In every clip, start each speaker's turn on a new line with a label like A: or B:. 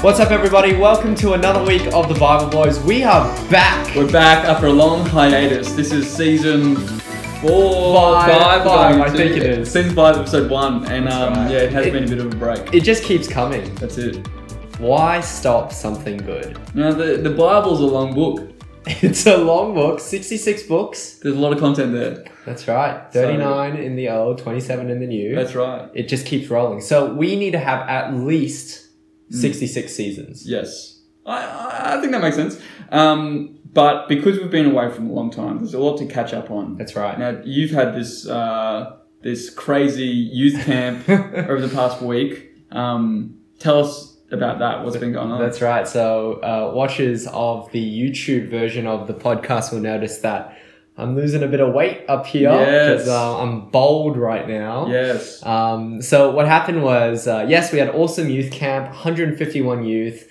A: What's up, everybody? Welcome to another week of the Bible Boys. We are back.
B: We're back after a long hiatus. This is season four,
A: Five,
B: five,
A: five,
B: going
A: I
B: to-
A: think it is.
B: Season five, episode one, and um,
A: right.
B: yeah, it has
A: It-
B: been a bit of a break.
A: It just keeps coming.
B: That's it.
A: Why stop something good?
B: Now the the Bible's a long book.
A: It's a long book, 66 books.
B: There's a lot of content there.
A: That's right.
B: So-
A: 39 in the old, 27 in the new.
B: That's right.
A: It just keeps rolling. So we need to have at least
B: Mm.
A: 66 seasons.
B: Yes, I I, I think that makes sense. Um, but because we've been away from a long time, there's a lot to catch up on.
A: That's right.
B: Now you've had this uh, this crazy youth camp over the past week. Um, tell us about that. What's been going on?
A: That's right. So, uh, watchers of the YouTube version of the podcast will notice that I'm losing a bit of weight up here
B: Yes.
A: uh, I'm bold right now.
B: yes.
A: Um, so what happened was, uh, yes, we had awesome youth camp, 151 youth,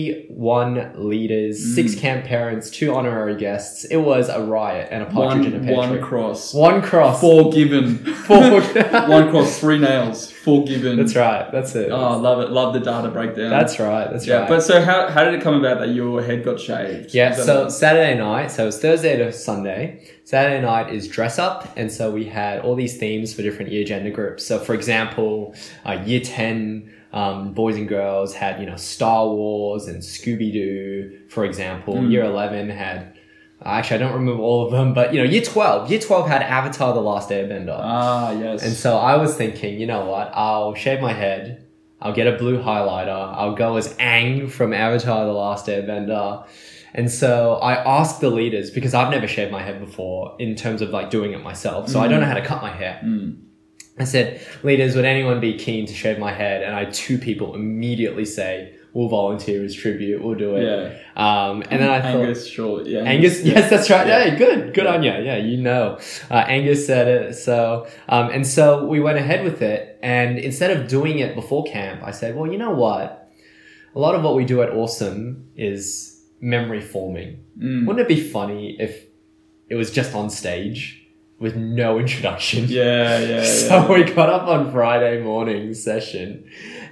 A: 41 leaders,
B: Mm.
A: six camp parents, two honorary guests. It was a riot and a partridge in a
B: one,
A: pear
B: one
A: tree.
B: cross.
A: one cross.
B: Four given.
A: Four-
B: one cross, three nails. Four given.
A: That's right. That's it.
B: Oh, love it. Love the data breakdown.
A: that's right. That's
B: yeah.
A: right.
B: But so how, how did it come about that your head got shaved?
A: Yeah,
B: Is that
A: so Saturday night, so it's Thursday to Sunday. Saturday night is dress up, and so we had all these themes for different year gender groups. So, for example, uh, year 10 um, boys and girls had, you know, Star Wars and Scooby Doo, for example.
B: Mm.
A: Year 11 had, actually, I don't remember all of them, but, you know, year 12. Year 12 had Avatar The Last Airbender.
B: ah yes.
A: And so I was thinking, you know what? I'll shave my head. I'll get a blue highlighter. I'll go as Aang from Avatar: The Last Airbender. And so I asked the leaders because I've never shaved my head before in terms of like doing it myself. So I don't know how to cut my hair.
B: Mm.
A: I said, leaders, would anyone be keen to shave my head? And I had two people immediately say, we'll volunteer as tribute. We'll do it.
B: yeah.
A: Um, and then I thought,
B: Angus, sure. Yeah.
A: Mm-hmm. Angus, yes, that's right.
B: Yeah.
A: Yeah, good, good
B: Yeah.
A: on you. Yeah, you know, uh, Angus said it. So, um, and so we went ahead with it. And instead of doing it before camp, I said, well, you know what? A lot of what we do at Awesome is memory forming.
B: Mm.
A: Wouldn't it be funny if it was just on stage with no introduction?
B: Yeah. Yeah.
A: so we got up on Friday morning session,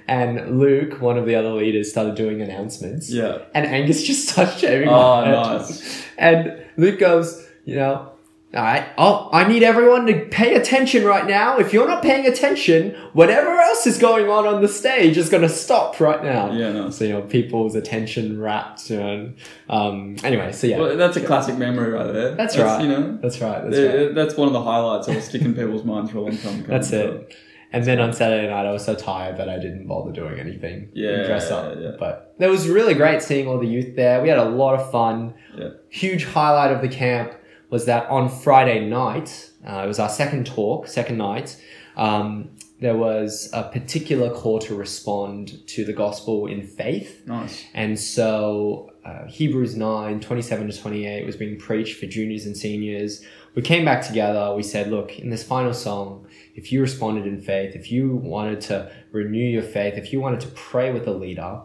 A: and Luke, one of the other leaders, started doing announcements.
B: yeah. yeah.
A: And Angus just starts shaving.
B: Oh,
A: my head.
B: nice.
A: And Luke goes, you know, all right, oh, I need everyone to pay attention right now. If you're not paying attention, whatever else is going on on the stage is going to stop right now.
B: Yeah. Nice.
A: So, you know, people's attention wrapped. you know, And, um, anyway, so yeah,
B: Well, that's a classic memory right there.
A: That's right.
B: You know.
A: that's right. That's
B: That's,
A: right.
B: that's one of the highlights that will stick in people's minds for a long time.
A: That's it. And then on Saturday night, I was so tired that I didn't bother doing anything.
B: Yeah,
A: Dress up.
B: yeah.
A: But that was really great seeing all the youth there. We had a lot of fun.
B: Yeah.
A: Huge highlight of the camp was that on Friday night, uh, it was our second talk, second night. Um, there was a particular call to respond to the gospel in faith.
B: Nice.
A: And so uh, Hebrews 9, 27 to 28 was being preached for juniors and seniors. We came back together. We said, look, in this final song, if you responded in faith, if you wanted to renew your faith, if you wanted to pray with a leader,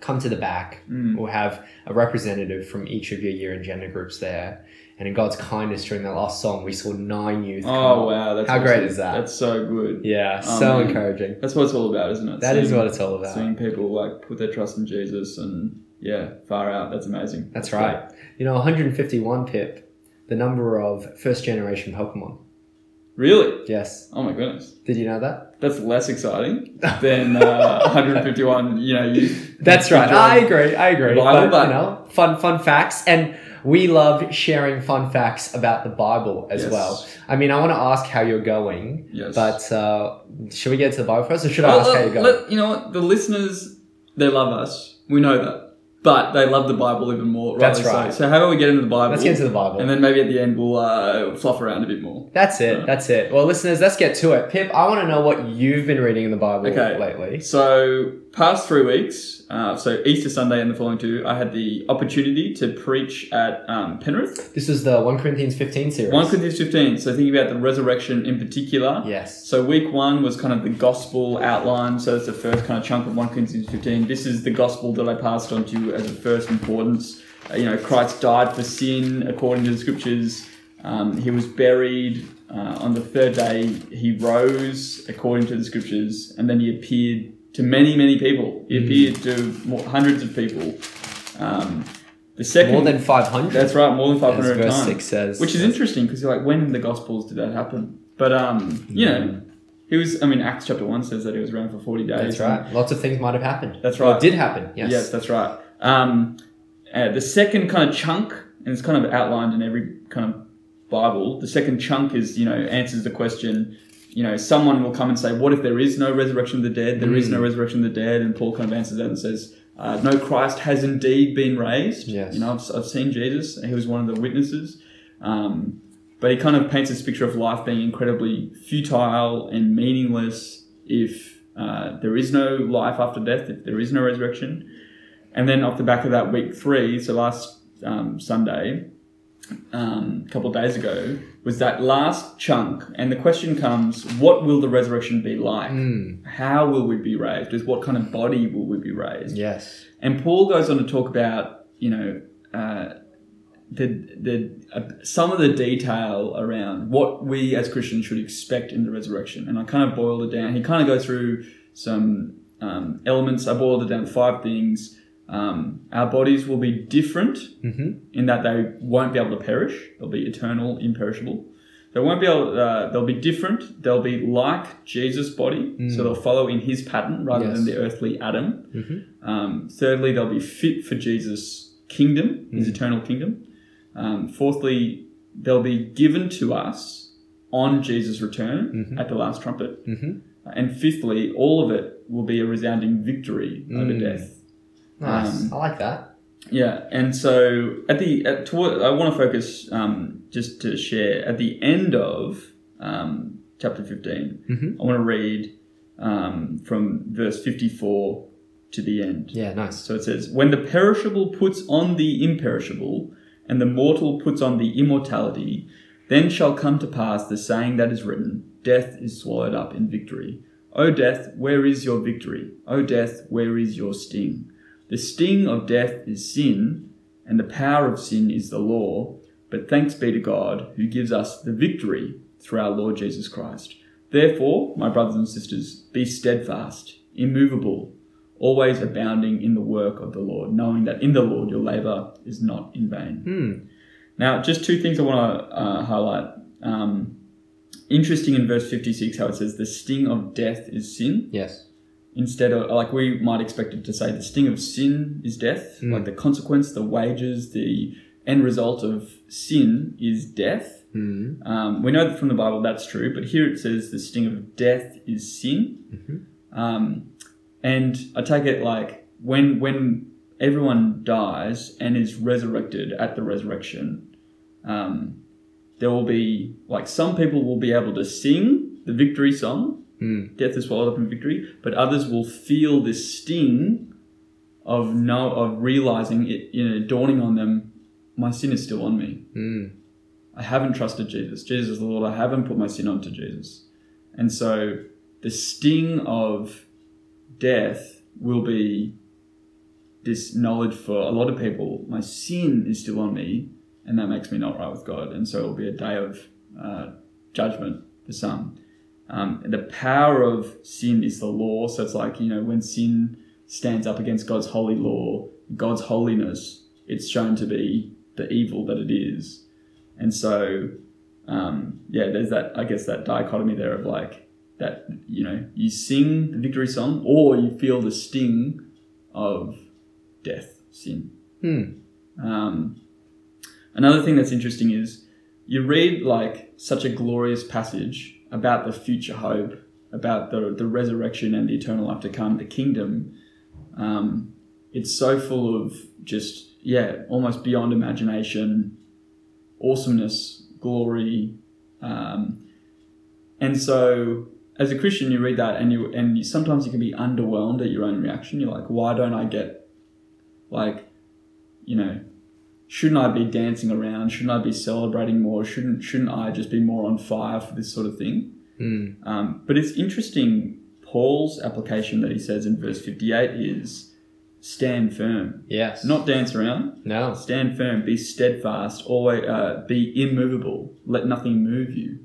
A: come to the back.
B: Mm.
A: We'll have a representative from each of your year and gender groups there. And in God's kindness, during that last song, we saw nine youth. come
B: Oh
A: up.
B: wow. That's
A: How
B: awesome.
A: great is that?
B: That's so good.
A: Yeah,
B: Oh,
A: so
B: man.
A: encouraging.
B: That's what it's all about, isn't it?
A: That is
B: Seeing-
A: what it's all about.
B: Seeing people like put their trust in Jesus and yeah, far out. That's amazing.
A: That's right. You know, 151 pip, the number of first generation Pokemon.
B: great. Really?
A: Yes.
B: Oh my goodness.
A: Did you know that?
B: That's less exciting than uh, 151. You know, you,
A: That's right.
B: Enjoy.
A: I agree. I agree. But,
B: Bible, but-
A: you know, fun fun facts and we love sharing fun facts about the Bible as
B: Yes.
A: well. I mean, I want to ask how you're going,
B: yes.
A: but uh, should we get to the Bible first or should I
B: Well,
A: ask how
B: let-
A: you're going?
B: let- you know what? The listeners, they love us. We know that, but they love the Bible even more.
A: That's
B: rightly so.
A: right.
B: So, how about we get into the Bible?
A: Let's get into the Bible.
B: and then maybe at the end we'll uh, fluff around a bit more.
A: that's it.
B: Yeah.
A: That's it. Well, listeners, let's get to it. Pip, I want to know what you've been reading in the Bible
B: Okay.
A: lately.
B: So, past three weeks, uh, so Easter Sunday and the following two, I had the opportunity to preach at um, Penrith,
A: This was the 1 Corinthians 15 series.
B: 1 Corinthians 15. So, thinking about the resurrection in particular.
A: Yes.
B: So, week one was kind of the gospel outline. So, it's the first kind of chunk of 1 Corinthians 15. This is the gospel that I passed on to you as a first importance. Uh, you know, Christ died for sin according to the scriptures, um, he was buried. Uh, on the third day, he rose according to the scriptures, and then he appeared to many, many people.
A: Mm.
B: It appeared to more, hundreds of people. Um, the second,
A: More than 500.
B: that's right, more than five
A: as
B: hundred
A: verse
B: times,
A: six says.
B: which is interesting because you're like, when in the Gospels did that happen? But um, you know, he was. I mean, Acts chapter one says that he was around for forty days.
A: Mm. That's
B: and-
A: right. Lots of things might have happened.
B: That's
A: Well,
B: right.
A: it did happen. Yes.
B: Yes, that's right. Um, uh, the second kind of chunk, and it's kind of outlined in every kind of Bible. The second chunk is you know answers the question. You know, someone will come and say, "What if there is no resurrection of the dead? There is no resurrection of the dead." And Paul kind of answers that and says, uh, "No, Christ has indeed been raised.
A: Yes.
B: You know, I've, I've seen Jesus. and He was one of the witnesses." Um, but he kind of paints this picture of life being incredibly futile and meaningless if uh, there is no life after death, if there is no resurrection. And then off the back of that, week three, so last um, Sunday, um, a couple of days ago, was that last chunk. And the question comes what will the resurrection be like?
A: Mm,
B: How will we be raised? Is what kind of body will we be raised?
A: yes.
B: And Paul goes on to talk about, you know, uh, the the uh, some of the detail around what we as Christians should expect in the resurrection. And I kind of boiled it down. He kind of goes through some um, elements. I boiled it down to five things. Um, our bodies will be different
A: Mm-hmm.
B: in that they won't be able to perish. They'll be eternal, imperishable. They won't be able. Uh, they'll be different. They'll be like Jesus' body, so they'll follow in His pattern rather
A: Mm. Yes.
B: than the earthly Adam.
A: Mhm.
B: Um, thirdly, they'll be fit for Jesus' kingdom, His
A: Mm.
B: eternal kingdom. Um, fourthly, they'll be given to us on Jesus' return
A: Mhm.
B: at the last trumpet. Uh,
A: Mm-hmm.
B: And fifthly, all of it will be a resounding victory over
A: Mm.
B: death.
A: Nice.
B: Um,
A: I like that.
B: Yeah, and so at the at toward, I want to focus um, just to share at the end of um, chapter 15
A: Mhm.
B: I want to read um, from verse fifty four to the end.
A: Yeah, nice.
B: So it says, When the perishable puts on the imperishable, and the mortal puts on the immortality, then shall come to pass the saying that is written, Death is swallowed up in victory. O death, where is your victory? O death, where is your sting? The sting of death is sin, and the power of sin is the law. But thanks be to God, who gives us the victory through our Lord Jesus Christ. Therefore, my brothers and sisters, be steadfast, immovable, always abounding in the work of the Lord, knowing that in the Lord your labor is not in vain.
A: Hmm.
B: Now, just two things I want to uh, highlight. Um, interesting in verse 56 how it says the sting of death is sin
A: Yes.
B: instead of like we might expect it to say the sting of sin is death
A: Mm.
B: like the consequence the wages the end result of sin is death
A: Mm.
B: um, we know that from the Bible that's true, but here it says the sting of death is sin. Um, and I take it like when when everyone dies and is resurrected at the resurrection, um, there will be like some people will be able to sing the victory song,
A: Mm.
B: death is swallowed up in victory, but others will feel this sting of no of realizing it, you know, dawning on them, my sin is still on me.
A: Mm.
B: I haven't trusted Jesus. Jesus is the Lord. I haven't put my sin onto Jesus. And so the sting of death will be this knowledge for a lot of people. My sin is still on me, and that makes me not right with God. And so it will be a day of uh, judgment for some. Um, and the power of sin is the law. So it's like, you know, when sin stands up against God's holy law, God's holiness, it's shown to be the evil that it is. And so, um, yeah, there's that, I guess, that dichotomy there of like that, you know, you sing the victory song or you feel the sting of death, sin.
A: Mm.
B: Um, another thing that's interesting is you read like such a glorious passage about the future hope, about the, the resurrection and the eternal life to come, the kingdom. Um, it's so full of just, yeah, almost beyond imagination, awesomeness, glory. Um, and so as a Christian, you read that and you, and you, sometimes you can be underwhelmed at your own reaction. You're like, why don't I get like, you know, shouldn't I be dancing around? Shouldn't I be celebrating more? Shouldn't shouldn't I just be more on fire for this sort of thing?
A: Mm.
B: Um, but it's interesting. Paul's application that he says in verse fifty-eight is stand firm,
A: Yes.
B: not dance around.
A: no.
B: Stand firm, be steadfast, always uh, be immovable. Let nothing move you.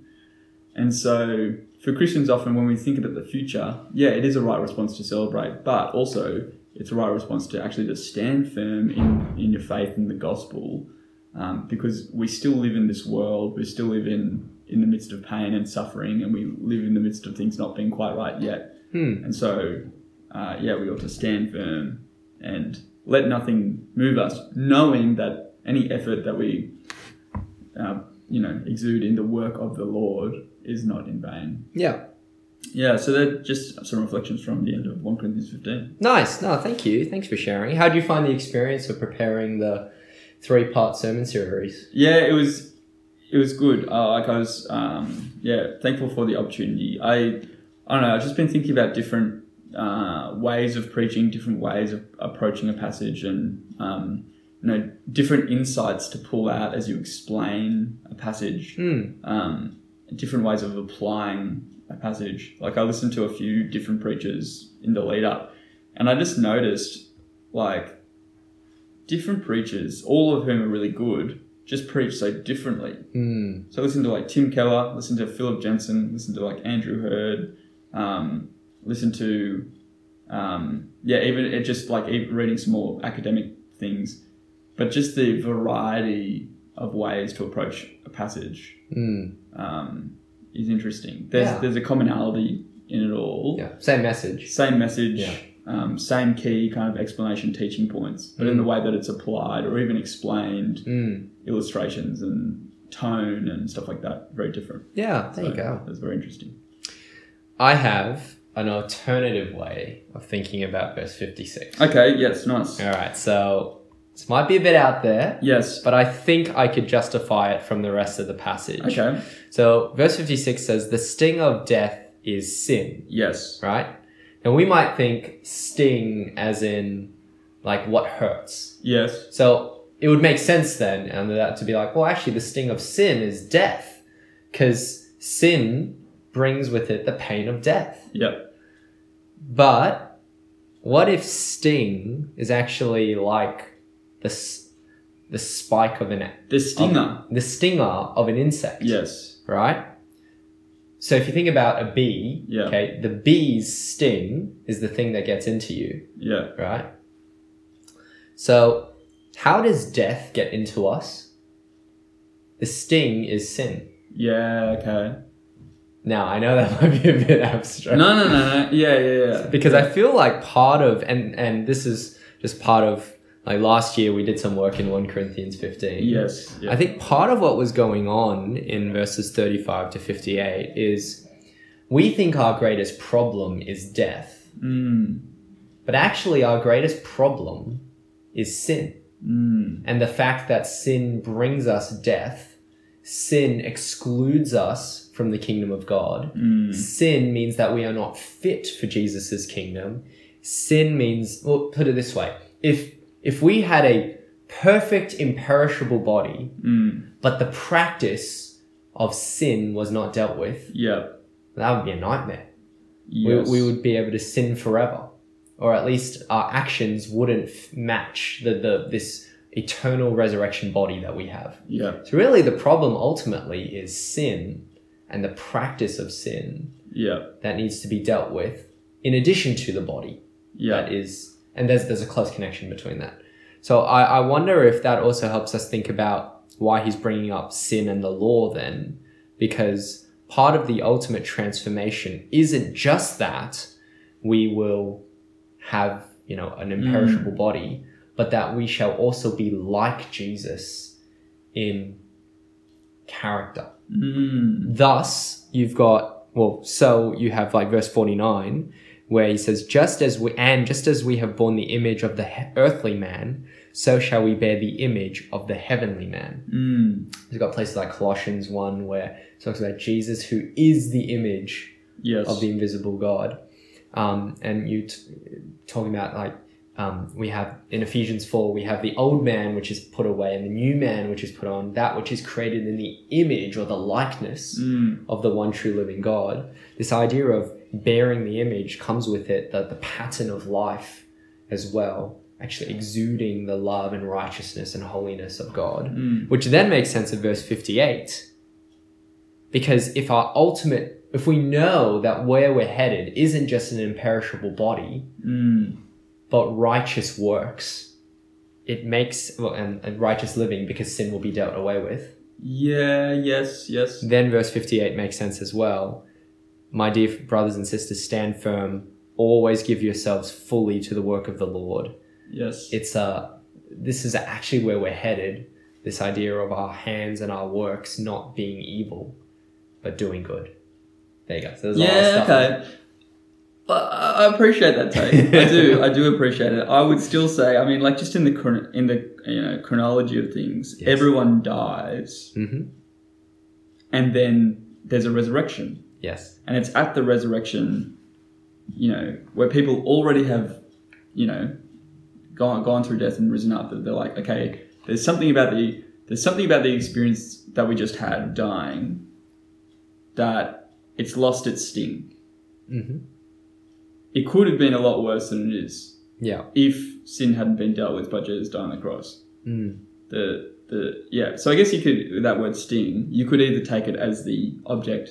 B: And so for Christians, often when we think about the future, yeah, it is a right response to celebrate, but also it's a right response to actually just stand firm in, in your faith in the gospel um, because we still live in this world, we still live in, in the midst of pain and suffering, and we live in the midst of things not being quite right yet.
A: Hmm.
B: And so, uh, yeah, we ought to stand firm and let nothing move us, knowing that any effort that we, uh, you know, exude in the work of the Lord is not in vain.
A: Yeah.
B: Yeah, so they're just some reflections from the end of 1 Corinthians 15.
A: Nice. No, thank you. Thanks for sharing. How do you find the experience of preparing the three part sermon series?
B: Yeah, it was it was good. Uh, like I was, um, yeah, thankful for the opportunity. I, I don't know. I've just been thinking about different uh, ways of preaching, different ways of approaching a passage, and um, you know, different insights to pull out as you explain a passage.
A: Hmm.
B: um, different ways of applying a passage. Like I listened to a few different preachers in the lead up, and I just noticed like different preachers, all of whom are really good, just preach so differently.
A: Hmm.
B: So I listened to like Tim Keller, listen to Philip Jensen, listen to like Andrew Hurd, um, listen to um, yeah, even it just like even reading some more academic things, but just the variety of ways to approach a passage
A: Hmm.
B: um, is interesting. There's
A: Yeah.
B: there's a commonality in it all.
A: Yeah. Same message.
B: Same message,
A: Yeah.
B: um, same key kind of explanation, teaching points, but
A: Mm.
B: in the way that it's applied or even explained,
A: Hmm.
B: illustrations and tone and stuff like that, very different.
A: Yeah. There you
B: So
A: go.
B: That's very interesting.
A: I have an alternative way of thinking about verse 56.
B: Okay. Yes. Nice.
A: All right, so this might be a bit out there,
B: Yes.
A: but I think I could justify it from the rest of the passage.
B: Okay.
A: So, verse 56 says, The sting of death is sin,
B: Yes.
A: right? And we might think sting as in like what hurts.
B: Yes.
A: So, it would make sense then and that to be like, well, actually, the sting of sin is death because sin brings with it the pain of death.
B: Yep.
A: But what if sting is actually like the s- the spike of an
B: The stinger.
A: the stinger of an insect?
B: Yes.
A: Right. So if you think about a bee,
B: Yeah.
A: okay, the bee's sting is the thing that gets into you,
B: Yeah.
A: right? So how does death get into us? The sting is sin.
B: Yeah. Okay.
A: Now I know that might be a bit abstract.
B: No. No. No. No. Yeah. Yeah. Yeah.
A: because I feel like part of and and this is just part of like last year we did some work in 1 Corinthians 15.
B: Yes. Yeah.
A: I think part of what was going on in verses 35 to 58 is we think our greatest problem is death,
B: Mm.
A: but actually our greatest problem is sin.
B: Mm.
A: And the fact that sin brings us death, sin excludes us from the kingdom of God.
B: Mm.
A: Sin means that we are not fit for Jesus' kingdom. Sin means, well, put it this way if, if we had a perfect, imperishable body,
B: Mm.
A: but the practice of sin was not dealt with,
B: Yeah.
A: that would be a nightmare.
B: Yes.
A: We, we would be able to sin forever, or at least our actions wouldn't f- match the, the, this eternal resurrection body that we have.
B: Yeah.
A: So, really, the problem ultimately is sin and the practice of sin
B: Yeah.
A: that needs to be dealt with in addition to the body
B: Yeah.
A: that is and there's there's a close connection between that so I, I wonder if that also helps us think about why he's bringing up sin and the law then because part of the ultimate transformation isn't just that we will have you know an imperishable body but that we shall also be like jesus in character
B: Mm.
A: Thus, you've got well, so you have like verse forty nine, where he says, "Just as we and just as we have borne the image of the he- earthly man, so shall we bear the image of the heavenly man."
B: Mm.
A: You've got places like Colossians one, where it talks about Jesus, who is the image
B: Yes.
A: of the invisible God. Um, and you t- talking about like um, we have in Ephesians four, we have the old man which is put away, and the new man which is put on, that which is created in the image or the likeness
B: mm.
A: of the one true living God. This idea of bearing the image comes with it that the pattern of life as well, actually exuding the love and righteousness and holiness of God,
B: Mm.
A: which then makes sense of verse 58. Because if our ultimate, if we know that where we're headed isn't just an imperishable body,
B: Mm.
A: but righteous works, it makes, well, and, and righteous living because sin will be dealt away with.
B: Yeah, yes, yes.
A: Then verse 58 makes sense as well. My dear brothers and sisters, stand firm. Always give yourselves fully to the work of the Lord.
B: Yes.
A: It's uh, this is actually where we're headed. This idea of our hands and our works not being evil, but doing good. There you go. So there's a lot of
B: yeah,
A: stuff.
B: okay. I, I appreciate that take. I do. I do appreciate it. I would still say, I mean, like just in the chron- in the you know chronology of things,
A: Yes.
B: everyone dies,
A: Mhm.
B: and then there's a resurrection,
A: Yes.
B: and it's at the resurrection, you know, where people already have, you know, gone gone through death and risen up. That they're like, okay, there's something about the there's something about the experience that we just had of dying, that it's lost its sting
A: hmm
B: it could have been a lot worse than it is
A: Yeah.
B: if sin hadn't been dealt with by Jesus dying on the cross.
A: Mm.
B: The the yeah. So I guess you could with that word sting. You could either take it as the object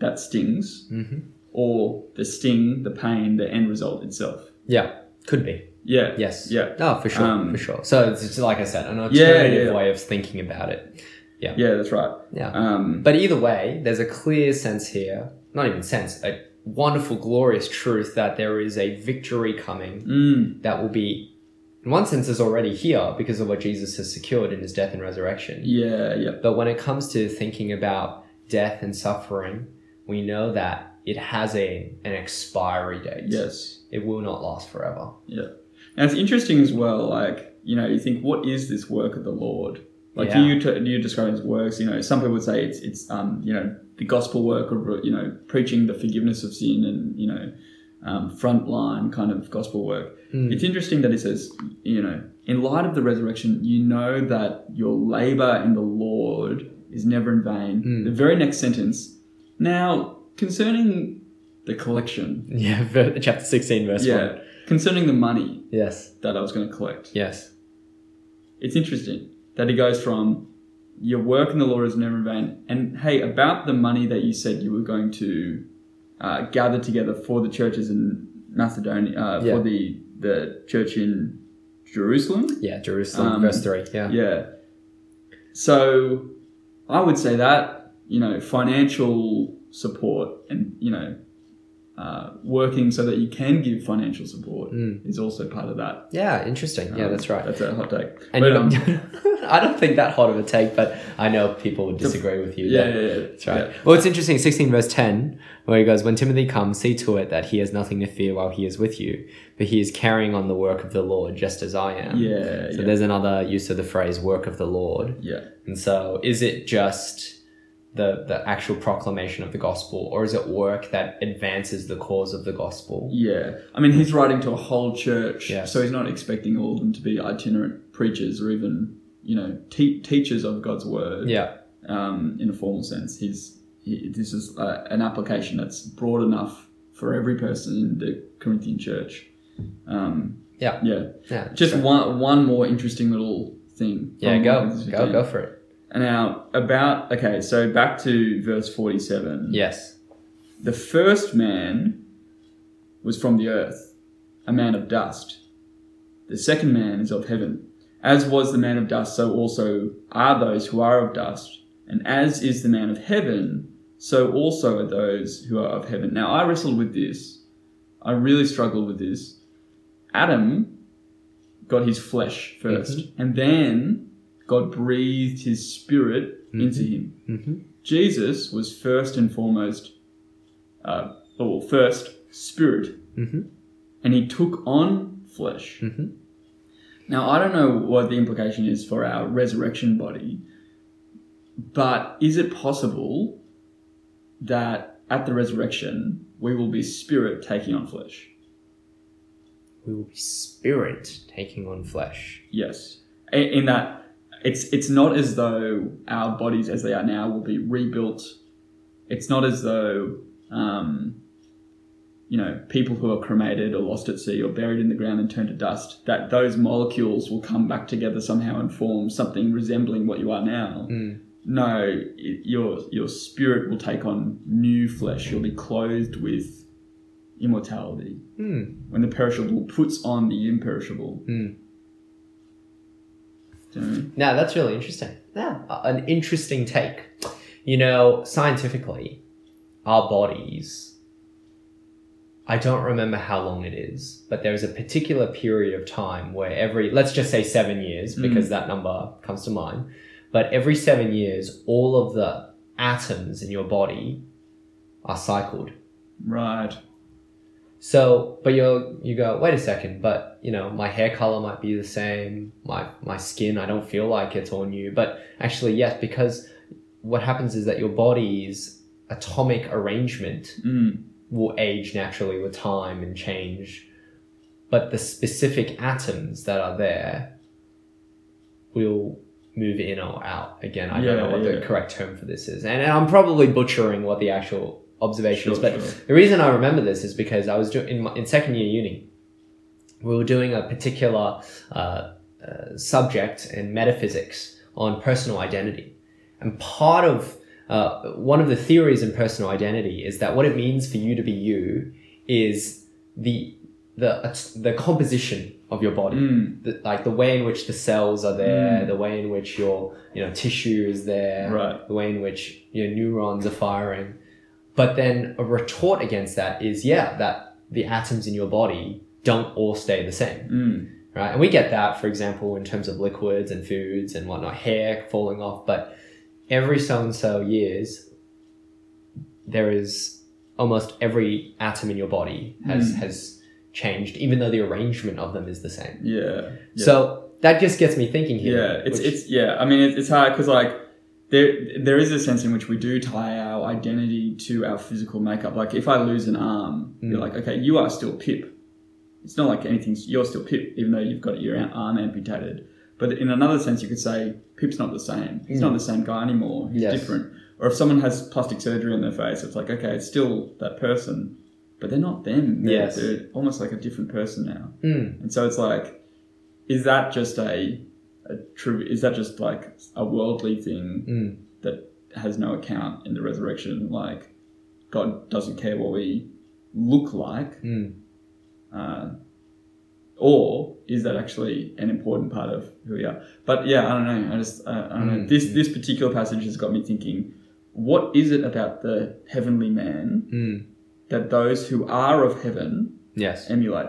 B: that stings,
A: hmm
B: or the sting, the pain, the end result itself.
A: Yeah. Could be.
B: Yeah.
A: Yes.
B: Yeah.
A: Oh, for sure.
B: Um,
A: for sure. So it's just, like I said, an
B: Yeah,
A: alternative
B: yeah.
A: way of thinking about it.
B: Yeah. That's right.
A: Yeah.
B: Um.
A: But either way, there's a clear sense here, not even sense, a wonderful, glorious truth that there is a victory coming
B: mm,
A: that will be, in one sense, is already here because of what Jesus has secured in his death and resurrection.
B: yeah. Yeah.
A: But when it comes to thinking about death and suffering, we know that it has a an expiry date.
B: Yes.
A: It will not last forever.
B: And it's interesting as well, like, you know, you think, what is this work of the Lord? Like,
A: Yeah.
B: you, t- you describe his works, you know, some people would say it's, it's um, you know, the gospel work of, you know, preaching the forgiveness of sin and, you know, um, frontline kind of gospel work.
A: Mm.
B: It's interesting that he says, you know, in light of the resurrection, you know that your labor in the Lord is never in vain.
A: Mm.
B: The very next sentence, now concerning the collection,
A: Yeah, ver- chapter 16, verse
B: yeah,
A: 1.
B: concerning the money
A: Yes,
B: that I was going to collect
A: yes.
B: it's interesting that he goes from your work in the Lord is never in vain, and hey, about the money that you said you were going to uh, gather together for the churches in Macedonia, uh,
A: Yeah.
B: for the the church in Jerusalem.
A: Yeah, Jerusalem,
B: Um,
A: verse 3. Yeah.
B: Yeah. So, I would say that you know financial support and you know uh, working so that you can give financial support
A: Mm.
B: is also part of that.
A: Yeah, interesting. Yeah,
B: Um,
A: that's right.
B: That's a hot take.
A: And
B: But,
A: you
B: um,
A: I don't think that hot of a take, but I know people would disagree with you.
B: yeah,
A: there.
B: yeah, yeah.
A: That's right. Well, it's interesting, 16 verse 10, where he goes, When Timothy comes, see to it that he has nothing to fear while he is with you, but he is carrying on the work of the Lord just as I am.
B: Yeah,
A: So
B: yeah,
A: there's another use of the phrase work of the Lord.
B: yeah,
A: And so is it just the, the actual proclamation of the gospel, or is it work that advances the cause of the gospel?
B: yeah. I mean, he's writing to a whole church,
A: Yes.
B: so he's not expecting all of them to be itinerant preachers or even you know te- teachers of God's word
A: Yeah.
B: um, in a formal sense. He's he, this is uh, an application that's broad enough for every person in the Corinthian church. Um,
A: Yeah.
B: yeah.
A: Yeah.
B: Just one one more interesting little thing.
A: Yeah,
B: from
A: go.
B: Corinthians
A: Go
B: 15.
A: go for it.
B: And now about okay, so back to verse forty-seven.
A: Yes.
B: The first man was from the earth, a man of dust. The second man is of heaven. As was the man of dust, so also are those who are of dust. And as is the man of heaven, so also are those who are of heaven. Now, I wrestled with this. I really struggled with this. Adam got his flesh 1st and then God breathed his spirit into him.
A: hmm
B: Jesus was first and foremost, uh, or first spirit,
A: hmm
B: and he took on flesh.
A: hmm
B: Now, I don't know what the implication is for our resurrection body, but is it possible that at the resurrection we will be spirit taking on flesh?
A: we will be spirit taking on flesh.
B: Yes. I- In that, it's it's not as though our bodies as they are now will be rebuilt. It's not as though um, you know people who are cremated or lost at sea or buried in the ground and turned to dust that those molecules will come back together somehow and form something resembling what you are now. no, it- your your spirit will take on new flesh. You'll be clothed with immortality.
A: Hmm.
B: When the perishable puts on the imperishable.
A: Hmm.
B: Do you know what I mean?
A: Now that's really interesting. Yeah, a- an interesting take. You know, scientifically, our bodies. I don't remember how long it is, but there is a particular period of time where every, let's just say seven years,
B: Mm.
A: because that number comes to mind. But every seven years, all of the atoms in your body are cycled.
B: Right.
A: So, but you you go, wait a second, but you know, my hair color might be the same, my my skin, I don't feel like it's all new, but actually yes, because what happens is that your body's atomic arrangement
B: Mm.
A: will age naturally with time and change, but the specific atoms that are there will move in or out. Again, I don't know
B: Yeah,
A: what
B: yeah.
A: the correct term for this is, and I'm probably butchering what the actual observation
B: Sure,
A: is, but
B: sure.
A: the reason I remember this is because I was doing in, my- in second year uni. We were doing a particular uh, uh, subject in metaphysics on personal identity, and part of uh, one of the theories in personal identity is that what it means for you to be you is the the the composition of your body
B: Mm.
A: the, like the way in which the cells are there,
B: Mm.
A: the way in which your you know tissue is there,
B: Right.
A: the way in which your neurons are firing. But then a retort against that is yeah, that the atoms in your body don't all stay the same,
B: Mm.
A: right? And we get that, for example, in terms of liquids and foods and whatnot, hair falling off. But every so and so years, there is almost every atom in your body has
B: Mm.
A: has changed, even though the arrangement of them is the same.
B: Yeah. yeah.
A: So that just gets me thinking here.
B: Yeah, it's
A: which-
B: it's yeah. I mean, it's, it's hard because like there there is a sense in which we do tie our identity to our physical makeup. Like if I lose an arm,
A: Mm.
B: you're like, okay, you are still Pip. It's not like anything's you're still Pip, even though you've got your a- arm amputated. But in another sense, you could say Pip's not the same. He's not the same guy anymore. He's
A: Mm. Yes.
B: different. Or if someone has plastic surgery on their face, it's like okay, it's still that person, but they're not them. They're,
A: Yes.
B: they're almost like a different person now.
A: Mm,
B: And so it's like, is that just a, a triv- is that just like a worldly thing
A: mm,
B: that has no account in the resurrection? Like, God doesn't care what we look like,
A: mm.
B: uh, or is that actually an important part of who we are? But yeah, I don't know. I just I, I don't know.
A: Mm,
B: This
A: mm.
B: this particular passage has got me thinking. What is it about the heavenly man
A: mm.
B: that those who are of heaven
A: Yes.
B: emulate.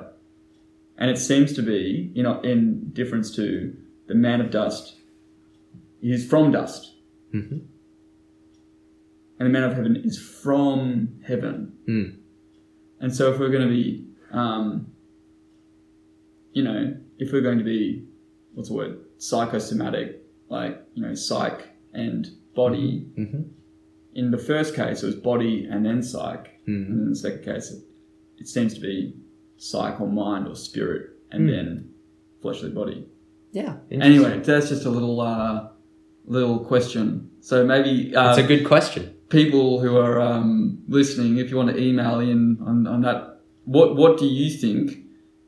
B: And it seems to be, you know, in difference to the man of dust, he is from dust,
A: hmm
B: and the man of heaven is from heaven.
A: Hmm.
B: And so, if we're going to be, um, you know, if we're going to be, what's the word, psychosomatic, like, you know, psyche and body,
A: hmm
B: in the first case, it was body and then psyche.
A: Mm.
B: And in the second case, it, it seems to be psyche or mind or spirit, and
A: Hmm.
B: then fleshly body.
A: Yeah.
B: Anyway, that's just a little uh, little question. So maybe uh,
A: it's a good question.
B: people who are um, listening, if you want to email in on, on that, what what do you think?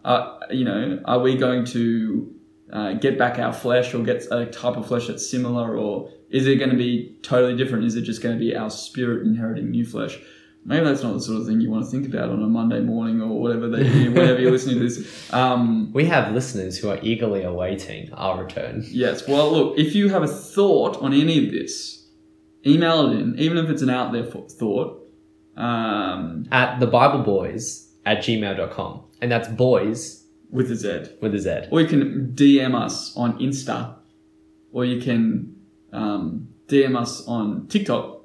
B: Uh, you know, are we going to uh, get back our flesh or get a type of flesh that's similar, or is it going to be totally different? Is it just going to be our spirit inheriting new flesh? Maybe that's not the sort of thing you want to think about on a Monday morning or whatever that you, whenever you're listening to this. Um,
A: We have listeners who are eagerly awaiting our return.
B: Yes. Well, look, if you have a thought on any of this, email it in, even if it's an out there fo- thought. Um,
A: At the Bible Boys at gmail.com. And that's boys
B: with a Z.
A: with a Z.
B: Or you can DM us on Insta, or you can um, DM us on TikTok,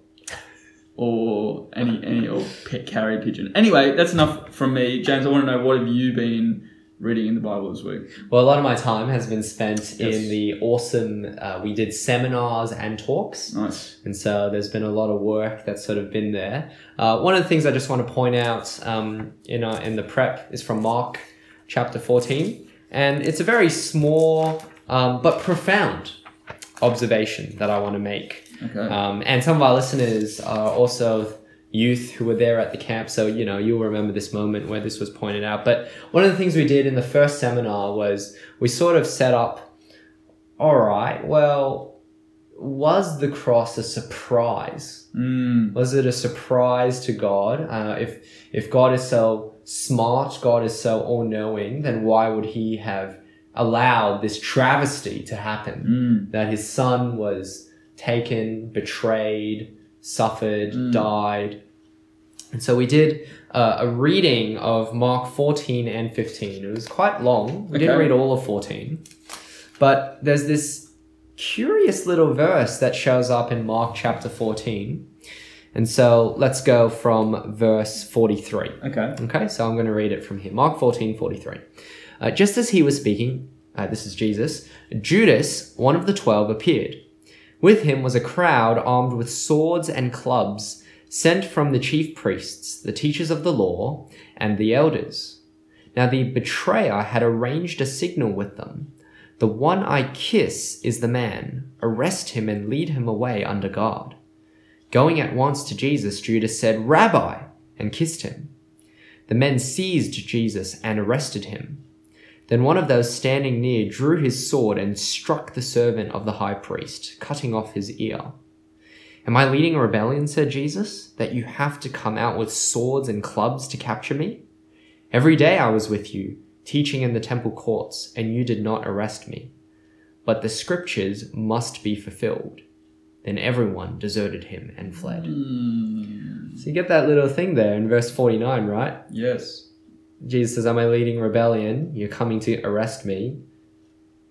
B: or any any or pet carry pigeon. Anyway, that's enough from me, James. I want to know what have you been reading in the Bible this week?
A: Well, a lot of my time has been spent
B: Yes.
A: in the awesome, uh, we did seminars and talks.
B: Nice.
A: And so there's been a lot of work that's sort of been there. Uh, one of the things I just want to point out um, in, our, in the prep is from Mark chapter 14. And it's a very small um, but profound observation that I want to make.
B: Okay.
A: Um, and some of our listeners are also youth who were there at the camp. So, you know, you'll remember this moment where this was pointed out. But one of the things we did in the first seminar was we sort of set up, all right, well, was the cross a surprise?
B: Mm.
A: Was it a surprise to God? Uh, if if God is so smart, God is so all knowing, then why would He have allowed this travesty to happen?
B: Mm.
A: That His Son was taken, betrayed, suffered,
B: Mm.
A: died. And so we did uh, a reading of Mark 14 and 15. It was quite long. We didn't
B: Okay.
A: read all of 14. But there's this curious little verse that shows up in Mark chapter 14. And so let's go from verse 43.
B: Okay.
A: Okay, so I'm going to read it from here. Mark 14, 43. Uh, just as he was speaking, uh, this is Jesus, Judas, one of the twelve, appeared. With him was a crowd armed with swords and clubs, sent from the chief priests, the teachers of the law, and the elders. Now the betrayer had arranged a signal with them. The one I kiss is the man. Arrest him and lead him away under guard. Going at once to Jesus, Judas said, Rabbi, and kissed him. The men seized Jesus and arrested him. Then one of those standing near drew his sword and struck the servant of the high priest, cutting off his ear. Am I leading a rebellion, said Jesus, that you have to come out with swords and clubs to capture me? Every day I was with you, teaching in the temple courts, and you did not arrest me. But the scriptures must be fulfilled. Then everyone deserted him and fled.
B: Mm.
A: So you get that little thing there in verse 49, right?
B: Yes.
A: Jesus says, Am I leading rebellion? You're coming to arrest me.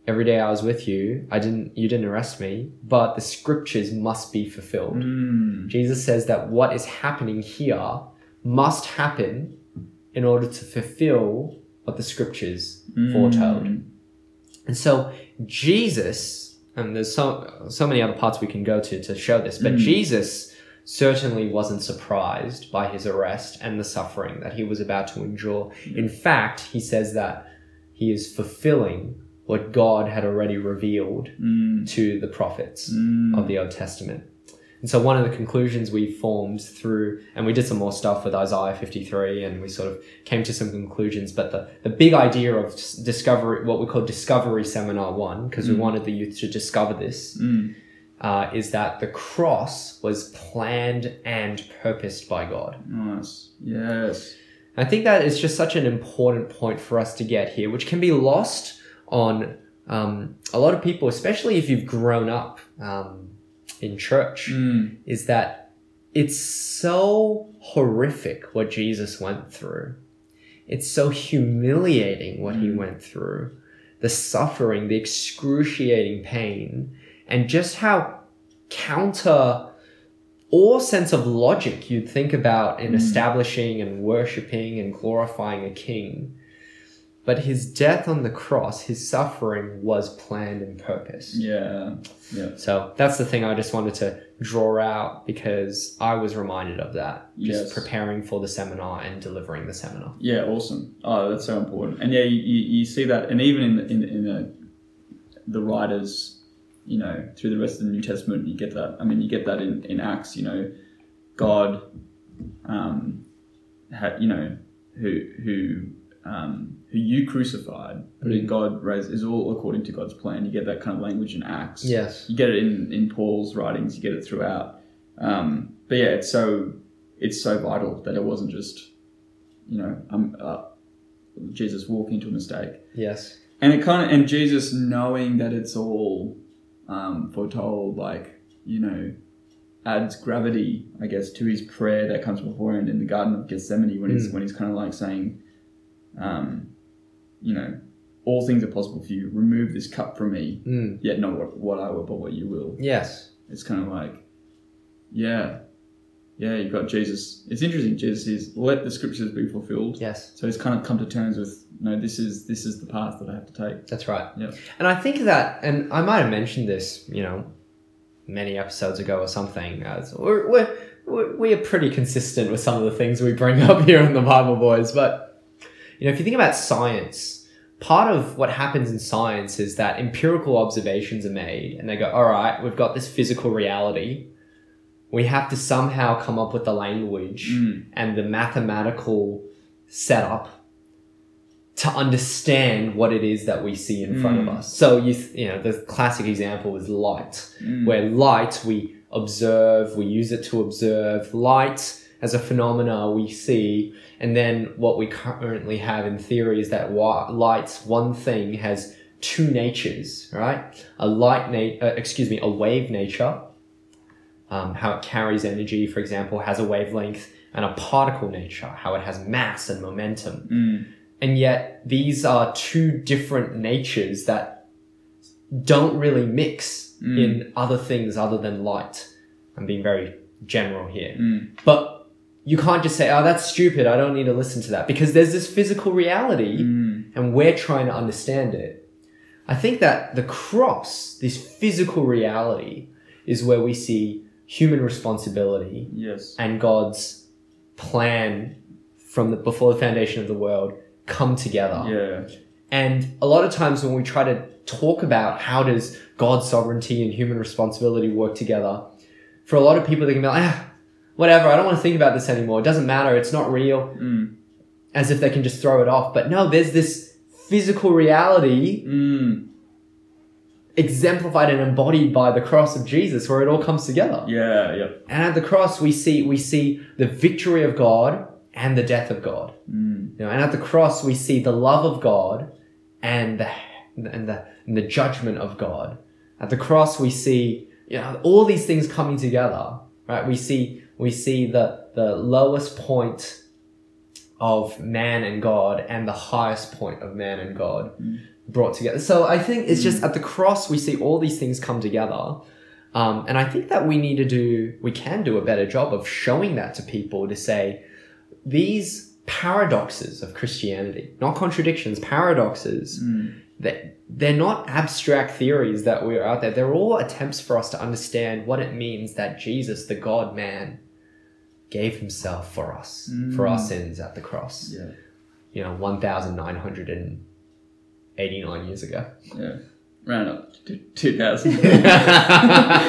A: Every day I was with you, I didn't you didn't arrest me, but the scriptures must be fulfilled.
B: Mm.
A: Jesus says that what is happening here must happen in order to fulfill what the scriptures foretold.
B: Mm.
A: And so Jesus, and there's so so many other parts we can go to to show this, but
B: Mm.
A: Jesus certainly wasn't surprised by his arrest and the suffering that he was about to endure. In fact, he says that he is fulfilling what God had already revealed
B: Mm.
A: to the prophets
B: Mm.
A: of the Old Testament. And so one of the conclusions we formed through, and we did some more stuff with Isaiah 53 and we sort of came to some conclusions, but the, the big idea of s- discovery, what we call Discovery Seminar 1, because we
B: Mm.
A: wanted the youth to discover this,
B: Mm.
A: uh, is that the cross was planned and purposed by God.
B: Nice. Yes.
A: I think that is just such an important point for us to get here, which can be lost on um, a lot of people, especially if you've grown up um, in church
B: Mm.
A: is that it's so horrific what Jesus went through. It's so humiliating what he
B: Mm.
A: went through, the suffering, the excruciating pain, and just how counter all sense of logic you'd think about in
B: Mm.
A: establishing and worshiping and glorifying a king. But his death on the cross, his suffering was planned and purposed.
B: Yeah. Yeah.
A: So that's the thing I just wanted to draw out because I was reminded of that just
B: Yes.
A: preparing for the seminar and delivering the seminar.
B: Yeah, awesome. Oh, that's so important. And yeah, you, you, you see that, and even in the, in, in the, the writers, you know, through the rest of the New Testament, you get that. I mean, you get that in, in Acts. You know, God, um, had you know, who who um, who you crucified, but
A: Mm.
B: God raised is all according to God's plan. You get that kind of language in Acts
A: Yes.
B: you get it in, in Paul's writings, you get it throughout. Um, but yeah, it's so it's so vital that it wasn't just you know um, uh, Jesus walking into a mistake,
A: Yes.
B: and it kind of and Jesus knowing that it's all um, foretold, like you know, adds gravity, I guess, to his prayer that comes before him in the Garden of Gethsemane when he's
A: Mm.
B: when he's kind of like saying, um, you know, all things are possible for you. Remove this cup from me,
A: Mm.
B: yet not what, what I will, but what you will
A: Yes.
B: it's kind of like, yeah, yeah, you've got Jesus. It's interesting. Jesus is let the scriptures be fulfilled.
A: Yes.
B: So he's kind of come to terms with no, this is this is the path that I have to take.
A: That's right.
B: Yeah.
A: And I think that, and I might have mentioned this, you know, many episodes ago or something. Uh, so we're, we're, we're- we are pretty consistent with some of the things we bring up here on the Bible Boys, but you know, if you think about science, part of what happens in science is that empirical observations are made, and they go, "All right, we've got this physical reality. We have to somehow come up with the language."
B: Mm.
A: and the mathematical setup to understand what it is that we see in front of
B: Mm.
A: us. So you, th- you know, the classic example is light,
B: Mm.
A: where light we observe, we use it to observe light as a phenomena we see, and then what we currently have in theory is that wa- light's one thing has two natures, right? A light, na- uh, excuse me, a wave nature, um, how it carries energy, for example, has a wavelength, and a particle nature, how it has mass and momentum.
B: Mm.
A: And yet, these are two different natures that don't really mix
B: Mm.
A: in other things other than light. I'm being very general here.
B: Mm.
A: But you can't just say, oh, that's stupid. I don't need to listen to that because there's this physical reality
B: Mm.
A: and we're trying to understand it. I think that the cross, this physical reality, is where we see human responsibility
B: Yes.
A: and God's plan from the, before the foundation of the world come together.
B: Yeah.
A: And a lot of times when we try to talk about how does God's sovereignty and human responsibility work together, for a lot of people they can be like, ah, whatever, I don't want to think about this anymore. It doesn't matter. It's not real.
B: Mm.
A: As if they can just throw it off. But no, there's this physical reality
B: Mm.
A: exemplified and embodied by the cross of Jesus where it all comes together.
B: Yeah. Yep.
A: And at the cross, we see we see the victory of God and the death of God.
B: Mm.
A: You know, and at the cross, we see the love of God and the and the and the judgment of God. At the cross, we see you know, all these things coming together. Right? We see we see the the lowest point of man and God and the highest point of man and God
B: Mm.
A: brought together. So I think it's just at the cross we see all these things come together. Um, and I think that we need to do, we can do a better job of showing that to people to say these paradoxes of Christianity, not contradictions, paradoxes,
B: Mm.
A: that they're not abstract theories that we're out there. They're all attempts for us to understand what it means that Jesus, the God man, gave himself for us, for our
B: Mm.
A: sins at the cross,
B: Yeah.
A: you know, 1,989 years ago.
B: Yeah. Round up to two thousand.
A: yeah.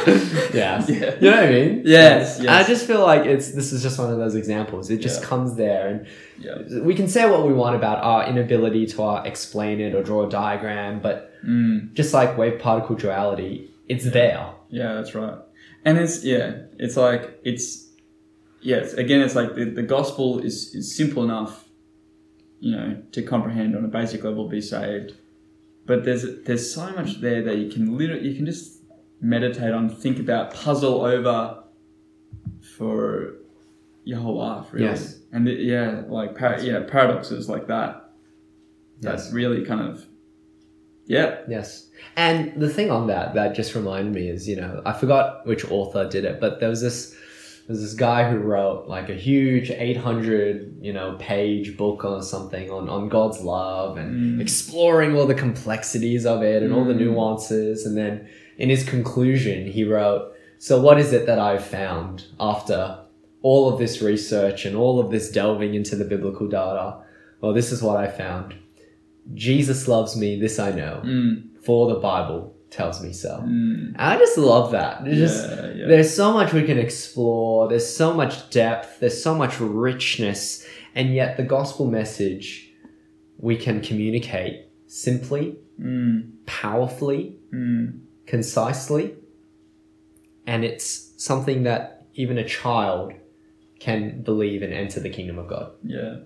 B: Yeah.
A: You know what I mean?
B: Yes,
A: And
B: yes.
A: I just feel like it's this is just one of those examples. It just
B: Yeah.
A: comes there,
B: Yeah.
A: and we can say what we want about our inability to uh, explain it or draw a diagram, but
B: Mm.
A: just like wave particle duality, it's there.
B: Yeah, that's right. And it's yeah, it's like it's yes, again it's like the, the gospel is, is simple enough, you know, to comprehend on a basic level, be saved. But there's there's so much there that you can literally you can just meditate on, think about, puzzle over for your whole life, really.
A: Yes.
B: And it- yeah, like par- yeah, paradoxes like that. That's really kind of yeah.
A: Yes. And the thing on that that just reminded me is, you know, I forgot which author did it, but there was this there's this guy who wrote like a huge 800, you know, page book or something on on God's love and
B: Mm.
A: exploring all the complexities of it and all the
B: Mm.
A: nuances and then in his conclusion he wrote, "So what is it that I've found after all of this research and all of this delving into the biblical data? Well, this is what I found. Jesus loves me, this I know."
B: Mm,
A: for the Bible tells me so.
B: mm,
A: And I just love that. It's just
B: yeah, yeah.
A: there's so much we can explore. There's so much depth. There's so much richness, and yet the gospel message we can communicate simply,
B: Mm,
A: powerfully,
B: mm,
A: concisely, and it's something that even a child can believe and enter the kingdom of God.
B: yeah.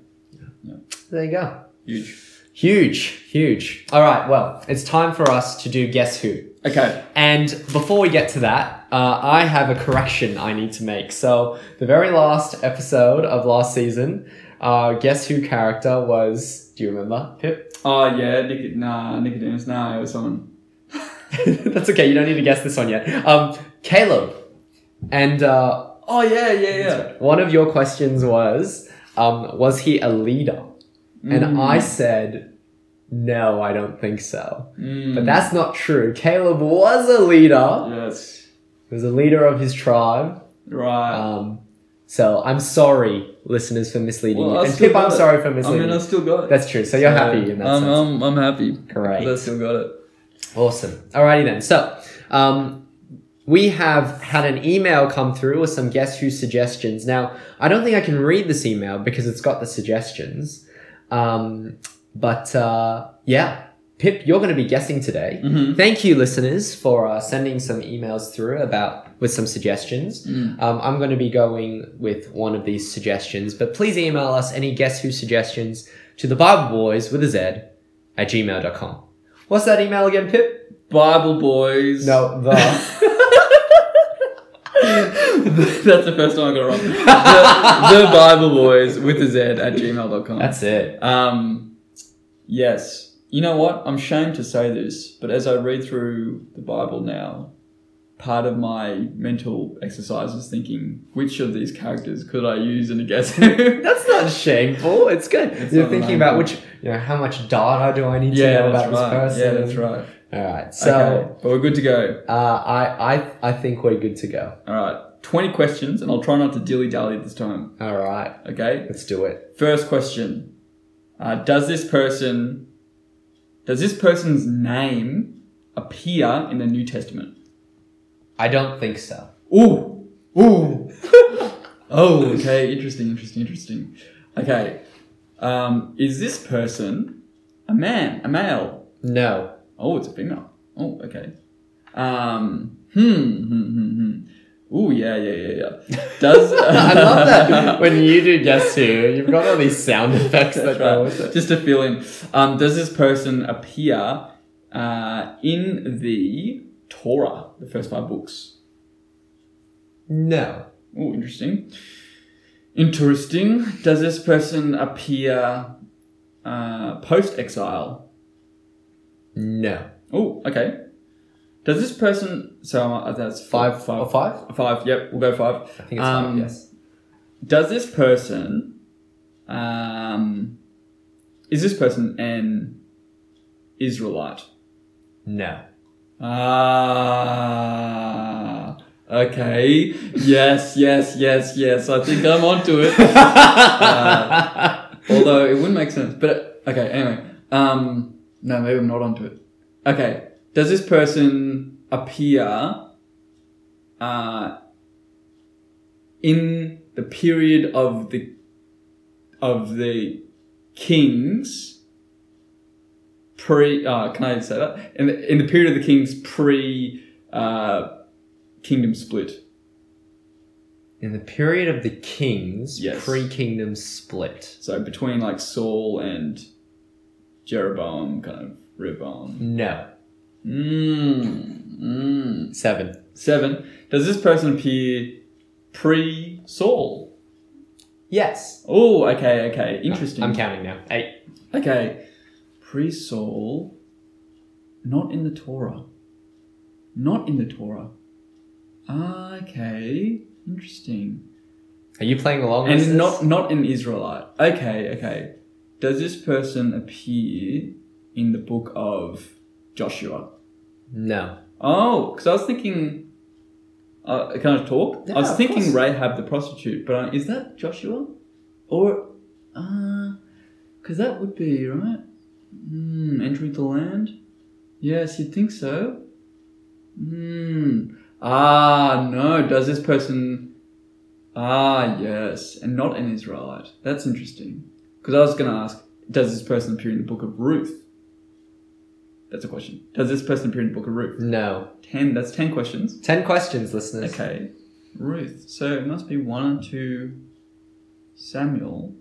A: There you go.
B: Huge.
A: Huge, huge. All right, well, it's time for us to do guess who.
B: Okay.
A: And before we get to that, uh, I have a correction I need to make. So, the very last episode of last season, uh, guess who character was? Do you remember? Pip?
B: Oh yeah, Nic- nah, Nicodemus. Nah, it was someone.
A: That's okay, you don't need to guess this one yet. Um, Caleb. And uh,
B: Oh yeah, yeah, yeah.
A: one of your questions was um, Was he a leader? And I said, No, I don't think so.
B: Mm.
A: But that's not true. Caleb was a leader,
B: yes,
A: he was a leader of his tribe.
B: right.
A: Um, so I'm sorry, listeners, for misleading
B: Well,
A: you.
B: I
A: And
B: still
A: Pip, I'm
B: got it.
A: sorry for
B: I
A: misleading.
B: mean, I
A: you.
B: still got it.
A: That's true. So you're
B: Yeah.
A: happy in that
B: I'm, um,
A: sense.
B: I'm, I'm happy.
A: Great.
B: I still got it.
A: Awesome. Alrighty then. So um, we have had an email come through with some guess who suggestions. Now I don't think I can read this email because it's got the suggestions. Um, But uh, yeah, Pip, you're going to be guessing today.
B: Mm-hmm.
A: Thank you, listeners, for uh, sending some emails through about with some suggestions.
B: Mm.
A: Um, I'm going to be going with one of these suggestions, but please email us any guess who suggestions to the Bible Boys with a Z at gmail.com. What's that email again, Pip?
B: Bible boys.
A: uh.
B: That's the first time I got it wrong. The, the Bible Boys with a Z at gmail.com.
A: That's it.
B: Um, yes. You know what? I'm ashamed to say this, but as I read through the Bible now, part of my mental exercise is thinking, which of these characters could I use in a guess who?
A: That's not shameful. It's good. You're
B: not
A: thinking
B: mine,
A: about
B: no.
A: which, you know, how much data do I need to
B: yeah,
A: know about
B: that's
A: this
B: right.
A: person?
B: Yeah, that's right.
A: All right. So
B: okay, but we're good to go.
A: uh, I, I, I think we're good to go.
B: All right. 20 questions, and I'll try not to dilly dally this time.
A: All right.
B: Okay?
A: Let's do it.
B: First question: uh, Does this person, does this person's name appear in the New Testament?
A: I don't think so.
B: Ooh, ooh. oh, okay. Interesting, interesting, interesting. Okay, um, is this person a man, a male?
A: No.
B: Oh, it's a female. Oh, okay. Um, hmm, hmm, hmm, hmm. Ooh, yeah, yeah, yeah, yeah. Does
A: I love that when you do guess who, you've got all these sound effects that go with it.
B: Just to fill in. Um, does this person appear uh, in the Torah, the first five books?
A: No,
B: Oh, interesting. Interesting. Does this person appear uh, post exile?
A: no,
B: Oh, okay. Does this person? So uh, that's
A: five,
B: four-
A: or five.
B: Five, Yep, we'll go five.
A: I think it's five.
B: Um,
A: Yes.
B: Does this person? Um, is this person an Israelite?
A: No.
B: Ah, okay. Yes, yes, yes, yes. I think I'm onto it. Uh, Although it wouldn't make sense. But uh, okay, anyway. Um, no, maybe I'm not onto it. Okay. Does this person appear uh, in the period of the of the kings pre uh, can I say that in the, in the period of the kings pre uh, kingdom split
A: In the period of the kings,
B: Yes.
A: pre-kingdom split.
B: so between like Saul and Jeroboam kind of Rehoboam
A: No.
B: mm, mm.
A: Seven.
B: seven does this person appear pre Saul
A: Yes.
B: oh okay okay interesting
A: I'm counting now. Eight.
B: Okay. Pre Saul, not in the Torah. Not in the Torah. Okay. Interesting.
A: Are you playing along? with
B: And
A: this?
B: not not an Israelite. Okay, okay. Does this person appear in the book of Joshua?
A: No.
B: Oh, because I was thinking. Uh, can I talk?
A: Yeah,
B: I was
A: of
B: thinking
A: course.
B: Rahab the prostitute, but uh, is that Joshua? Or. Because that would be, right? Hmm, entering the land? Yes, you'd think so. Hmm. Ah, no. Does this person. Ah, yes. And not an Israelite. That's interesting. Because I was going to ask, does this person appear in the book of Ruth? That's a question. Does this person appear in the book of Ruth?
A: No.
B: 10 that's 10 questions
A: Ten questions, listeners.
B: okay ruth so it must be one or two samuel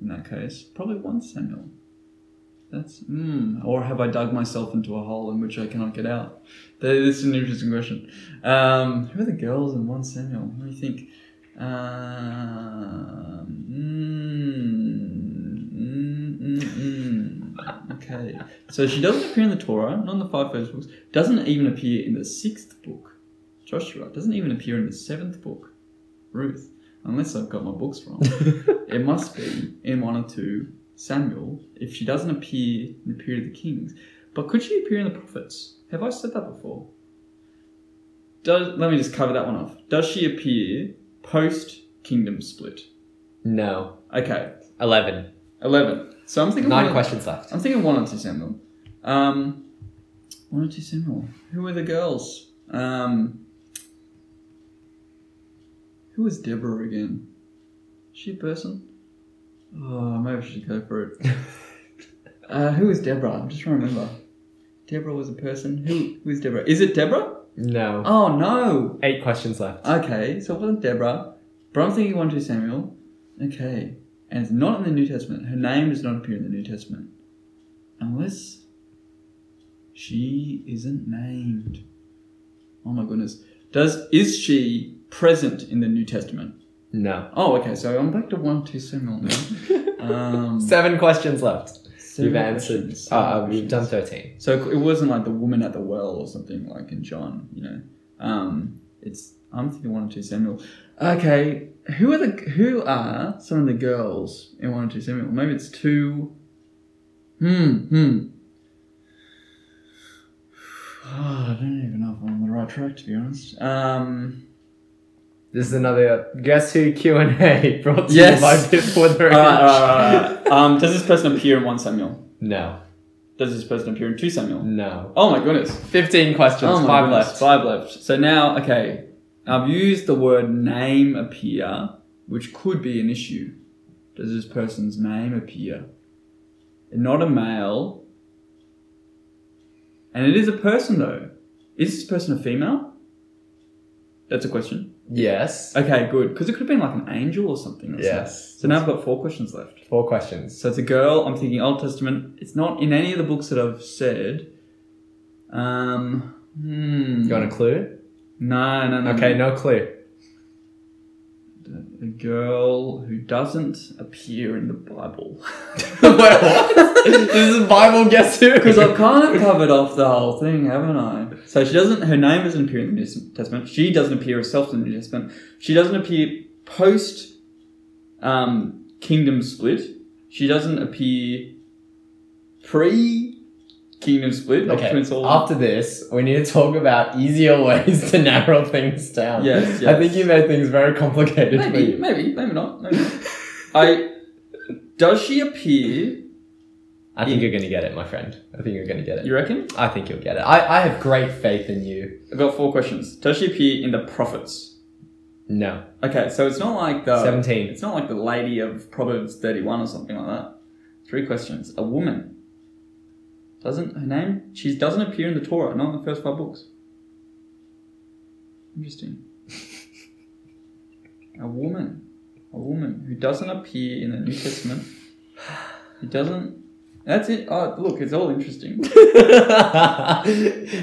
B: in that case probably one samuel that's mm, or have i dug myself into a hole in which i cannot get out That- this is an interesting question um, who are the girls in one samuel what do you think um, mm, mm, mm, mm. okay so she doesn't appear in the torah not in the five first books doesn't even appear in the sixth book Joshua doesn't even appear in the seventh book, Ruth, unless I've got my books wrong. it must be in one or two Samuel if she doesn't appear in the period of the kings. But could she appear in the prophets? Have I said that before? Does let me just cover that one off. Does she appear post kingdom split?
A: No.
B: Okay,
A: Eleven.
B: eleven. So I'm thinking one
A: Nine
B: of-
A: questions left.
B: I'm thinking one or two Samuel. Um, one or two Samuel. Who were the girls? Um, who was Deborah again? Is she a person? Oh, maybe I should go for it. Uh, who is Deborah? I'm just trying to remember. Deborah was a person. Who, who is Deborah? Is it Deborah?
A: No.
B: Oh, no.
A: Eight questions left.
B: Okay, so it wasn't Deborah, but I'm thinking 1 2 Samuel. Okay, and it's not in the New Testament. Her name does not appear in the New Testament. Unless she isn't named. Oh my goodness. Does is she present in the New Testament?
A: No.
B: Oh, okay, so I'm back to 1 2 Samuel now. um,
A: Seven questions left.
B: seven
A: you've answered.
B: questions, seven
A: Uh, you've
B: questions.
A: done 13.
B: So it wasn't like the woman at the well or something like in John, you know. Um, it's I'm thinking one or two Samuel. Okay, who are the who are some of the girls in one or two Samuel? Maybe it's two. Hmm. Hmm. Ah, I don't even know if I'm on the right track to be honest. Um,
A: This is another Guess Who Q&A brought to
B: Yes.
A: you by Biff Witheridge.
B: all right, all right, all right. um, does this person appear in one Samuel?
A: No.
B: Does this person appear in two Samuel?
A: No.
B: Oh my goodness.
A: 15 questions,
B: Oh my
A: five
B: goodness,
A: left.
B: Five left. So now, okay, I've used the word name appear, which could be an issue. Does this person's name appear? And not a male. And it is a person though. Is this person a female? That's a question.
A: Yes.
B: Okay, good. Because it could have been like an angel or something. or
A: Yes.
B: something. So now I've got four questions left.
A: Four questions.
B: So it's a girl. I'm thinking Old Testament. It's not in any of the books that I've said. Um. Hmm.
A: You want a clue?
B: No, no, no.
A: Okay,
B: no.
A: no clue.
B: A girl who doesn't appear in the Bible.
A: Wait, what? this is Bible Guess Who?
B: Because I've kind of covered off the whole thing, haven't I? So she doesn't. Her name doesn't appear in the New Testament. She doesn't appear herself in the New Testament. She doesn't appear post um, kingdom split. She doesn't appear pre kingdom split. not
A: Okay.
B: between Saul and-
A: After this, we need to talk about easier ways to narrow things down.
B: Yes,
A: I think
B: yes.
A: you made things very complicated for
B: Maybe,
A: you.
B: maybe, maybe not. Maybe not. I does she appear?
A: I think you're going to get it, my friend. I think you're going to get it.
B: You reckon?
A: I think you'll get it. I, I have great faith in you.
B: I've got four questions. Does she appear in the prophets?
A: No.
B: Okay, so it's not like the
A: 17.
B: It's not like the lady of Proverbs thirty-one or something like that. Three questions. A woman doesn't her name? She doesn't appear in the Torah, not in the first five books. Interesting. a woman, a woman who doesn't appear in the New Testament. Who doesn't? That's it. Oh, look, it's all interesting.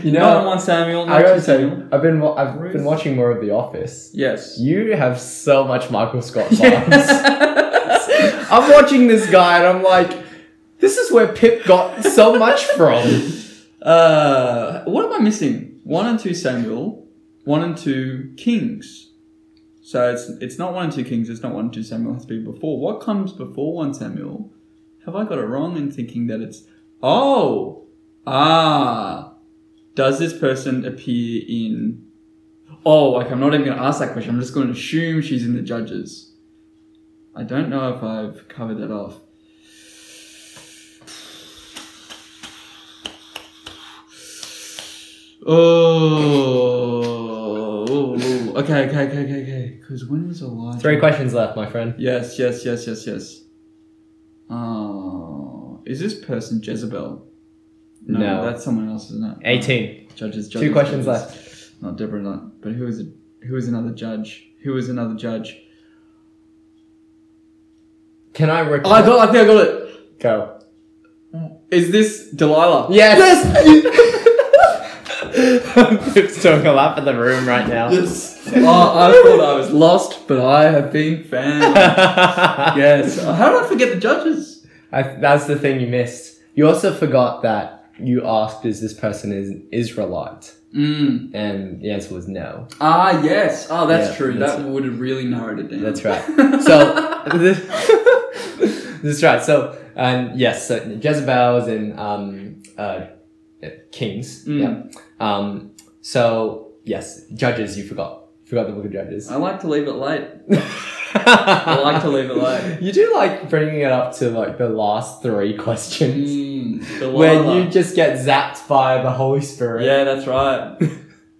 A: you
B: No,
A: know,
B: one Samuel.
A: I
B: Not
A: gotta
B: two
A: say,
B: Samuel.
A: I've been wa- I've
B: Ruth.
A: been watching more of The Office.
B: Yes.
A: You have so much Michael Scott vibes. I'm watching this guy and I'm like, this is where Pip got so much from.
B: Uh, what am I missing? One and two Samuel, one and two Kings. So it's it's not one and two Kings. It's not one and two Samuel. It has to be before. What comes before one Samuel? Have I got it wrong in thinking that it's oh ah? Does this person appear in? Oh, like I'm not even going to ask that question. I'm just going to assume she's in the Judges. I don't know if I've covered that off. Oh, okay, okay, okay, okay, okay. Because when was Elijah?
A: Three questions left, my friend.
B: Yes, yes, yes, yes, yes. Oh, is this person Jezebel?
A: No.
B: that's someone else, isn't it? Oh,
A: 18.
B: Judges, judges.
A: Two questions
B: judges.
A: left.
B: Not Deborah, not. But who is it? Who is another judge? Who is another judge?
A: Can I
B: Oh, I
A: record?
B: got. I think I got it.
A: Go.
B: Is this Delilah?
A: Yes! Pip's doing a lap in the room right now.
B: Yes. oh, I thought I was lost, but I have been found. yes. Oh, How did I forget the judges?
A: I, that's the thing you missed. You also forgot that you asked, is this person is Israelite?
B: Mm.
A: And the answer was no.
B: Ah, yes. Oh, that's
A: Yeah,
B: true.
A: that's
B: that would have really narrowed it down.
A: That's right. So, this, that's right. So, um, yes, so Jezebel is in um, uh, Kings.
B: Mm.
A: Yeah. Um, so, yes, Judges, you forgot. Forgot the book of Judges.
B: I like to leave it late.
A: I
B: I like to leave it late.
A: You do like bringing it up to like the last three questions.
B: Mm,
A: Where
B: Delilah.
A: you just get zapped by the Holy Spirit.
B: Yeah, that's right.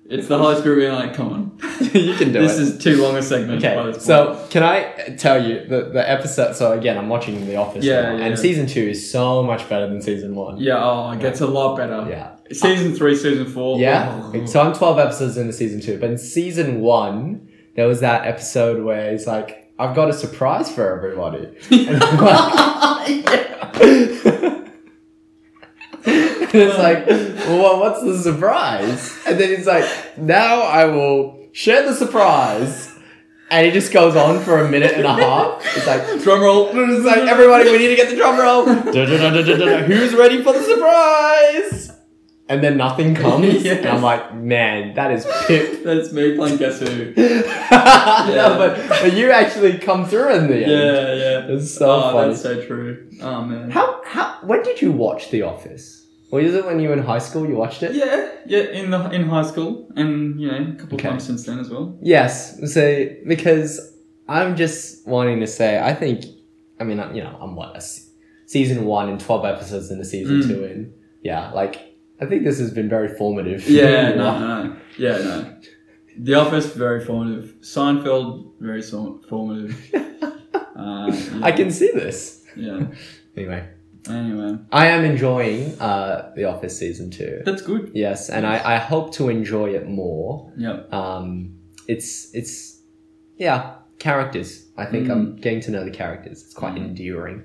B: It's the Holy Spirit being like, come on.
A: you can do
B: this
A: it.
B: is too long a segment. by
A: Okay,
B: this point.
A: so can I tell you the the episode? So again, I'm watching The Office,
B: Yeah,
A: now,
B: yeah,
A: and
B: yeah.
A: season two is so much better than season one.
B: yeah, oh, it gets a lot better.
A: Yeah,
B: Season three, season four.
A: yeah.
B: oh.
A: So I'm 12 episodes into season two, but in season one, there was that episode where it's like, "I've got a surprise for everybody," and I'm
B: Yeah.
A: like, And it's like, well, what's the surprise? And then he's like, now I will share the surprise. And he just goes on for a minute and a half. It's like,
B: Drum roll.
A: It's like, everybody, we need to get the drum roll. Da-da-da-da-da-da. Who's ready for the surprise? And then nothing comes.
B: Yes.
A: And I'm like, man, that is pip.
B: That's me playing Guess Who.
A: no, but, but you actually come through in the end.
B: Yeah, yeah.
A: It's so
B: oh,
A: funny.
B: that's so true. Oh man.
A: How, how, when did you watch The Office? Or is it when you were in high school you watched it?
B: Yeah, yeah. In the in high school, and you know, a couple
A: Okay.
B: times since then as well.
A: Yes. So, because I'm just wanting to say, I think, I mean, you know, I'm what, a se- season one and 12 episodes into season
B: Mm.
A: two in. Yeah, like, I think this has been very formative. for
B: Yeah,
A: you.
B: no, no, no. Yeah, no. The Office very formative. Seinfeld very so- formative. Uh, yeah,
A: I can see this.
B: Yeah.
A: Anyway,
B: Anyway,
A: I am enjoying uh, The Office season two.
B: that's good.
A: Yes, and I, I hope to enjoy it more.
B: Yep.
A: Um, it's, it's, yeah, characters. I think I'm getting to know the characters. It's quite
B: Mm.
A: endearing.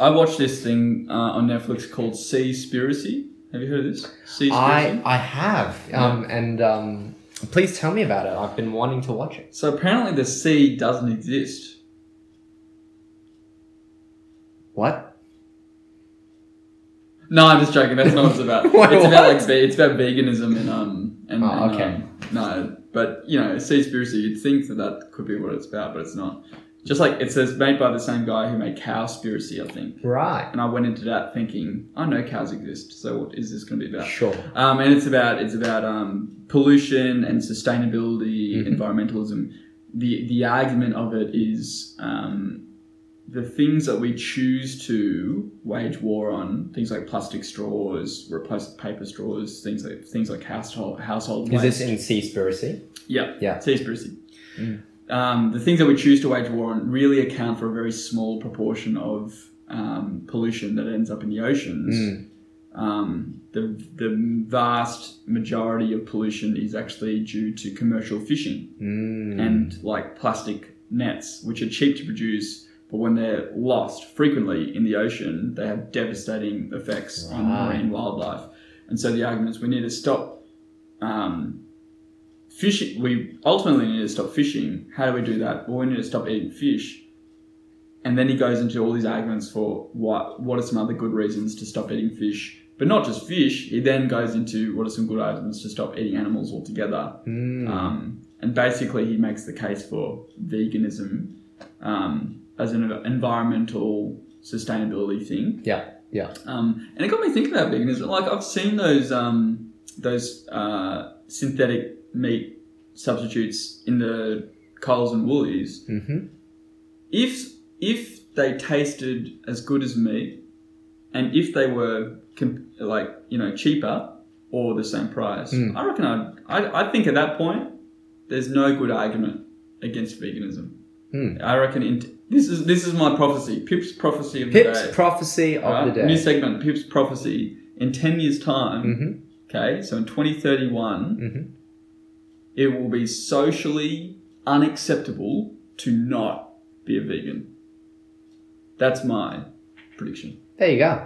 B: I watched this thing uh, on Netflix called Seaspiracy. Have you heard of this? Seaspiracy.
A: I I have. Um, and um, please tell me about it. I've been wanting to watch it.
B: So apparently the sea doesn't exist.
A: What?
B: No, I'm just joking. That's not what it's about. it's
A: Wait,
B: about
A: what?
B: like ve- it's about veganism and um and,
A: Oh,
B: and,
A: okay.
B: um, no, but you know, Seaspiracy. You'd think that that could be what it's about, but it's not. Just like it says, made by the same guy who made Cowspiracy, I think.
A: Right.
B: And I went into that thinking, I know cows exist, so what is this going to be about?
A: Sure.
B: Um, and it's about it's about um, pollution and sustainability,
A: Mhm.
B: environmentalism. The the argument of it is um, the things that we choose to wage war on, things like plastic straws, replace with paper straws, things like things like household household
A: Is
B: waste.
A: this in Seaspiracy?
B: yeah,
A: Yeah.
B: Seaspiracy.
A: Mm.
B: Um, the things that we choose to wage war on really account for a very small proportion of um, pollution that ends up in the oceans
A: Mm.
B: um, the, the vast majority of pollution is actually due to commercial fishing
A: Mm.
B: and like plastic nets, which are cheap to produce, but when they're lost frequently in the ocean, they have devastating effects on
A: Right.
B: marine wildlife. And so the argument is we need to stop um, fishing. We ultimately need to stop fishing. How do we do that? Well, we need to stop eating fish. And then he goes into all these arguments for what what are some other good reasons to stop eating fish, but not just fish. He then goes into what are some good arguments to stop eating animals altogether.
A: Mm.
B: Um, and basically, he makes the case for veganism um, as an environmental sustainability thing.
A: Yeah, yeah.
B: Um, and it got me thinking about veganism. Like I've seen those um, those uh, synthetic meat substitutes in the Coles and Woolies.
A: Mhm.
B: If if they tasted as good as meat, and if they were com- like you know cheaper or the same price,
A: Mm.
B: I reckon I'd, I I think at that point there's no good argument against veganism.
A: Hmm.
B: I reckon in, this is this is my prophecy, Pip's prophecy of
A: Pip's
B: the day.
A: prophecy of
B: right?
A: the
B: New
A: day.
B: segment, Pip's prophecy. In ten years' time,
A: Mhm.
B: okay, so in 2031,
A: Mhm.
B: it will be socially unacceptable to not be a vegan. That's my prediction.
A: There you go.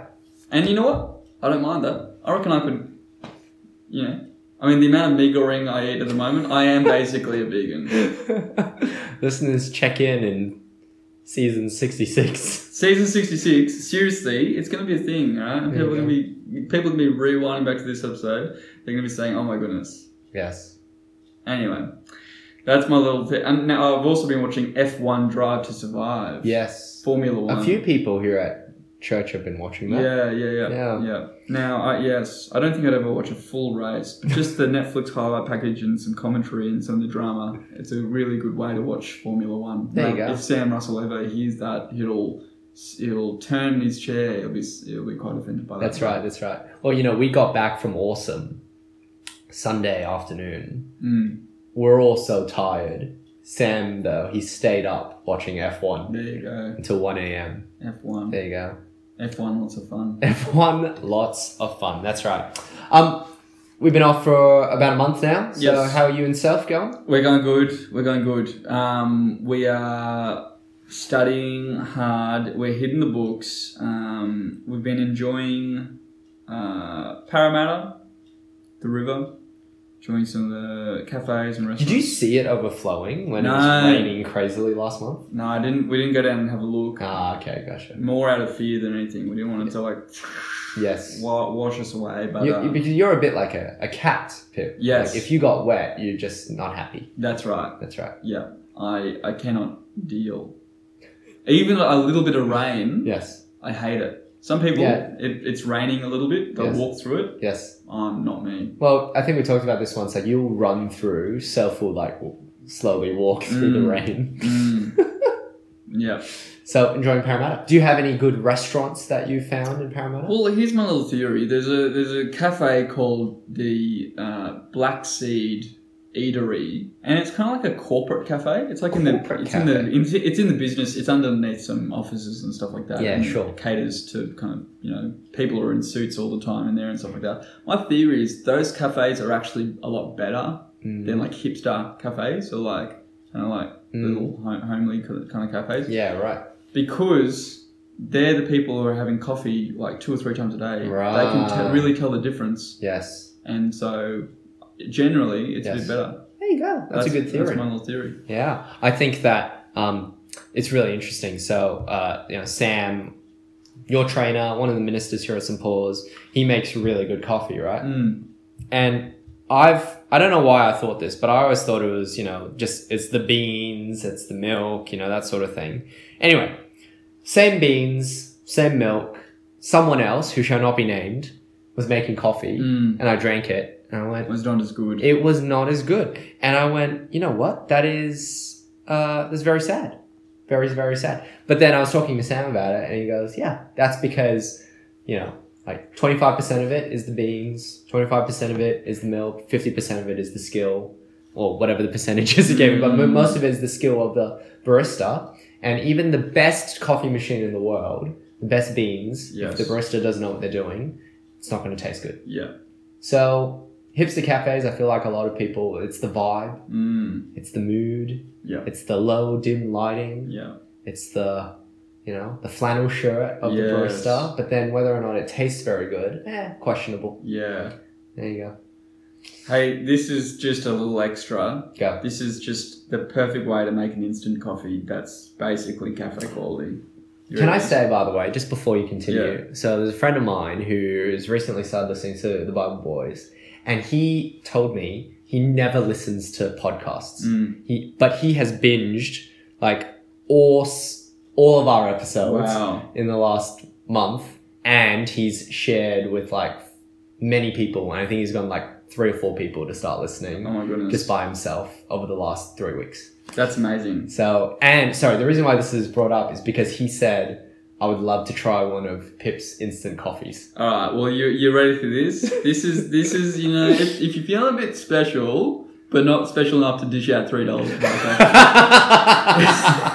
B: And you know what? I don't mind that. I reckon I could, you know. I mean, the amount of meat goreng I eat at the moment, I am basically a vegan.
A: Listeners, check in in season 66.
B: Season sixty six. Seriously, it's going to be a thing, all right? And
A: There
B: people
A: you
B: are going to be people are going to be rewinding back to this episode. They're going to be saying, "Oh my goodness."
A: Yes.
B: Anyway, that's my little thing. And now I've also been watching F one Drive to Survive.
A: Yes.
B: Formula One.
A: A few people here at church have been watching that.
B: Yeah, yeah, yeah,
A: Yeah.
B: yeah. Now, I, yes, I don't think I'd ever watch a full race, but just the Netflix highlight package and some commentary and some of the drama. It's a really good way to watch Formula One.
A: There you
B: Now,
A: go.
B: If Sam Russell ever hears that, he'll he'll turn in his chair. He'll be he'll be quite offended by that.
A: That's right. That's right. Well, you know, we got back from Awesome. Sunday afternoon.
B: Mm,
A: We're all so tired. Sam, though, he stayed up watching F1
B: there you go.
A: until 1 a.m.
B: F1.
A: There you go.
B: F1, lots of fun.
A: F1, lots of fun. That's right. Um, we've been off for about a month now. So,
B: Yes.
A: how are you and Self going?
B: We're going good. We're going good. Um, we are studying hard. We're hitting the books. Um, we've been enjoying uh, Parramatta, the river, enjoying some of the cafes and
A: Did
B: restaurants.
A: you see it overflowing when it
B: No.
A: was raining crazily last month?
B: No, I didn't. We didn't go down and have a look.
A: Ah, okay, gotcha.
B: More out of fear than anything. We didn't want it to like
A: Yes.
B: wa- wash us away. But
A: You,
B: uh,
A: you- because you're a bit like a, a cat, Pip.
B: Yes.
A: Like, if you got wet, you're just not happy.
B: that's right.
A: That's right.
B: Yeah, I I cannot deal. Even a little bit of rain.
A: Yes.
B: I hate it. Some people,
A: Yeah.
B: it, it's raining a little bit, they'll
A: Yes.
B: walk through it.
A: Yes.
B: I'm not me.
A: Well, I think we talked about this once. Like, you'll run through, self will, like, w- slowly walk through the
B: Mm.
A: rain.
B: Mm. yeah.
A: So, enjoying Parramatta. Do you have any good restaurants that you found in Parramatta?
B: Well, here's my little theory. There's a there's a cafe called the uh, Black Seed Eatery, and it's kind of like a corporate cafe. It's like in the
A: Corporate
B: it's in the
A: cafe.
B: it's, it's in the business. It's underneath some offices and stuff like that.
A: Yeah,
B: and
A: sure.
B: It caters to kind of you know people who are in suits all the time in there and stuff like that. My theory is those cafes are actually a lot better
A: Mm.
B: They're like hipster cafes or like kind of like
A: Mm.
B: little home, homely kind of cafes
A: Yeah, right.
B: because they're the people who are having coffee like two or three times a day. They can
A: Right.
B: t- really tell the difference,
A: Yes.
B: and so generally it's a
A: Yes.
B: bit better.
A: There you go. That's, a good theory.
B: That's my little theory.
A: Yeah, I think that um, it's really interesting. So, uh, you know, Sam, your trainer, one of the ministers here at St. Paul's, he makes really good coffee, right?
B: Mm.
A: And I've, I don't know why I thought this, but I always thought it was, you know, just it's the beans, it's the milk, you know, that sort of thing. Anyway, same beans, same milk, someone else who shall not be named was making coffee,
B: Mm.
A: and I drank it, and I went,
B: It was not as good.
A: it was not as good. And I went, you know what? That is uh, that's very sad, very very sad. But then I was talking to Sam about it, and he goes, yeah, that's because you know, like twenty five percent of it is the beans, twenty five percent of it is the milk, fifty percent of it is the skill, or whatever the percentages he gave me. But mo-
B: Mm.
A: most of it is the skill of the barista, and even the best coffee machine in the world, the best beans,
B: Yes.
A: if the barista doesn't know what they're doing, it's not going to taste good.
B: yeah.
A: So hipster cafes, I feel like a lot of people, it's the vibe,
B: Mm.
A: it's the mood,
B: Yeah.
A: it's the low dim lighting,
B: Yeah.
A: it's the you know the flannel shirt of the
B: Yes.
A: barista. But then whether or not it tastes very good, eh, questionable.
B: Yeah.
A: There you go.
B: Hey, this is just a little extra.
A: Go.
B: This is just the perfect way to make an instant coffee. That's basically cafe quality. You're
A: Can I
B: right.
A: say, by the way, just before you continue? So there's a friend of mine who has recently started listening to the Bible Boys, and he told me he never listens to podcasts.
B: Mm.
A: He, but he has binged like all s- all of our episodes.
B: Wow.
A: in the last month and he's shared with like many people and i think he's gone like three or four people to start listening
B: Oh my goodness.
A: just by himself over the last three weeks
B: That's amazing.
A: so and sorry the reason why this is brought up is because he said i would love to try one of pip's instant coffees
B: All right. Well, you you ready for this? This is this is you know if, if you feel a bit special, but not special enough to dish out three dollars.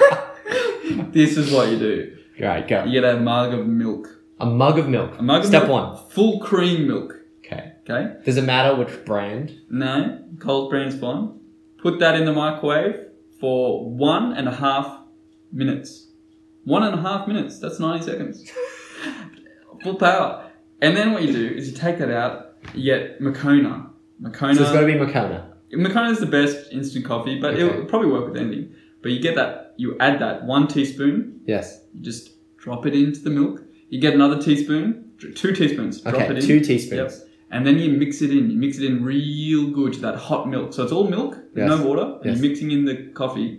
B: this is what you do.
A: right go
B: You get a mug of milk,
A: a mug of milk
B: A mug of
A: step
B: milk? full cream milk.
A: one okay
B: Okay.
A: does it matter which brand
B: No, cold brand's fine. Put that in the microwave for one and a half minutes. One and a half minutes. That's ninety seconds. Full power. And then what you do is you take that out. You get Makona. Makona.
A: so it's got to be Makana.
B: Makana is the best instant coffee, but it
A: Okay.
B: will probably work with anything. But you get that, you add that one teaspoon,
A: yes
B: you just drop it into the milk. You get another teaspoon, dr- two teaspoons, drop
A: okay
B: it in.
A: two teaspoons
B: Yep. And then you mix it in. You mix it in real good to that hot milk. So it's all milk, there's
A: Yes.
B: no water, and
A: Yes.
B: you're mixing in the coffee.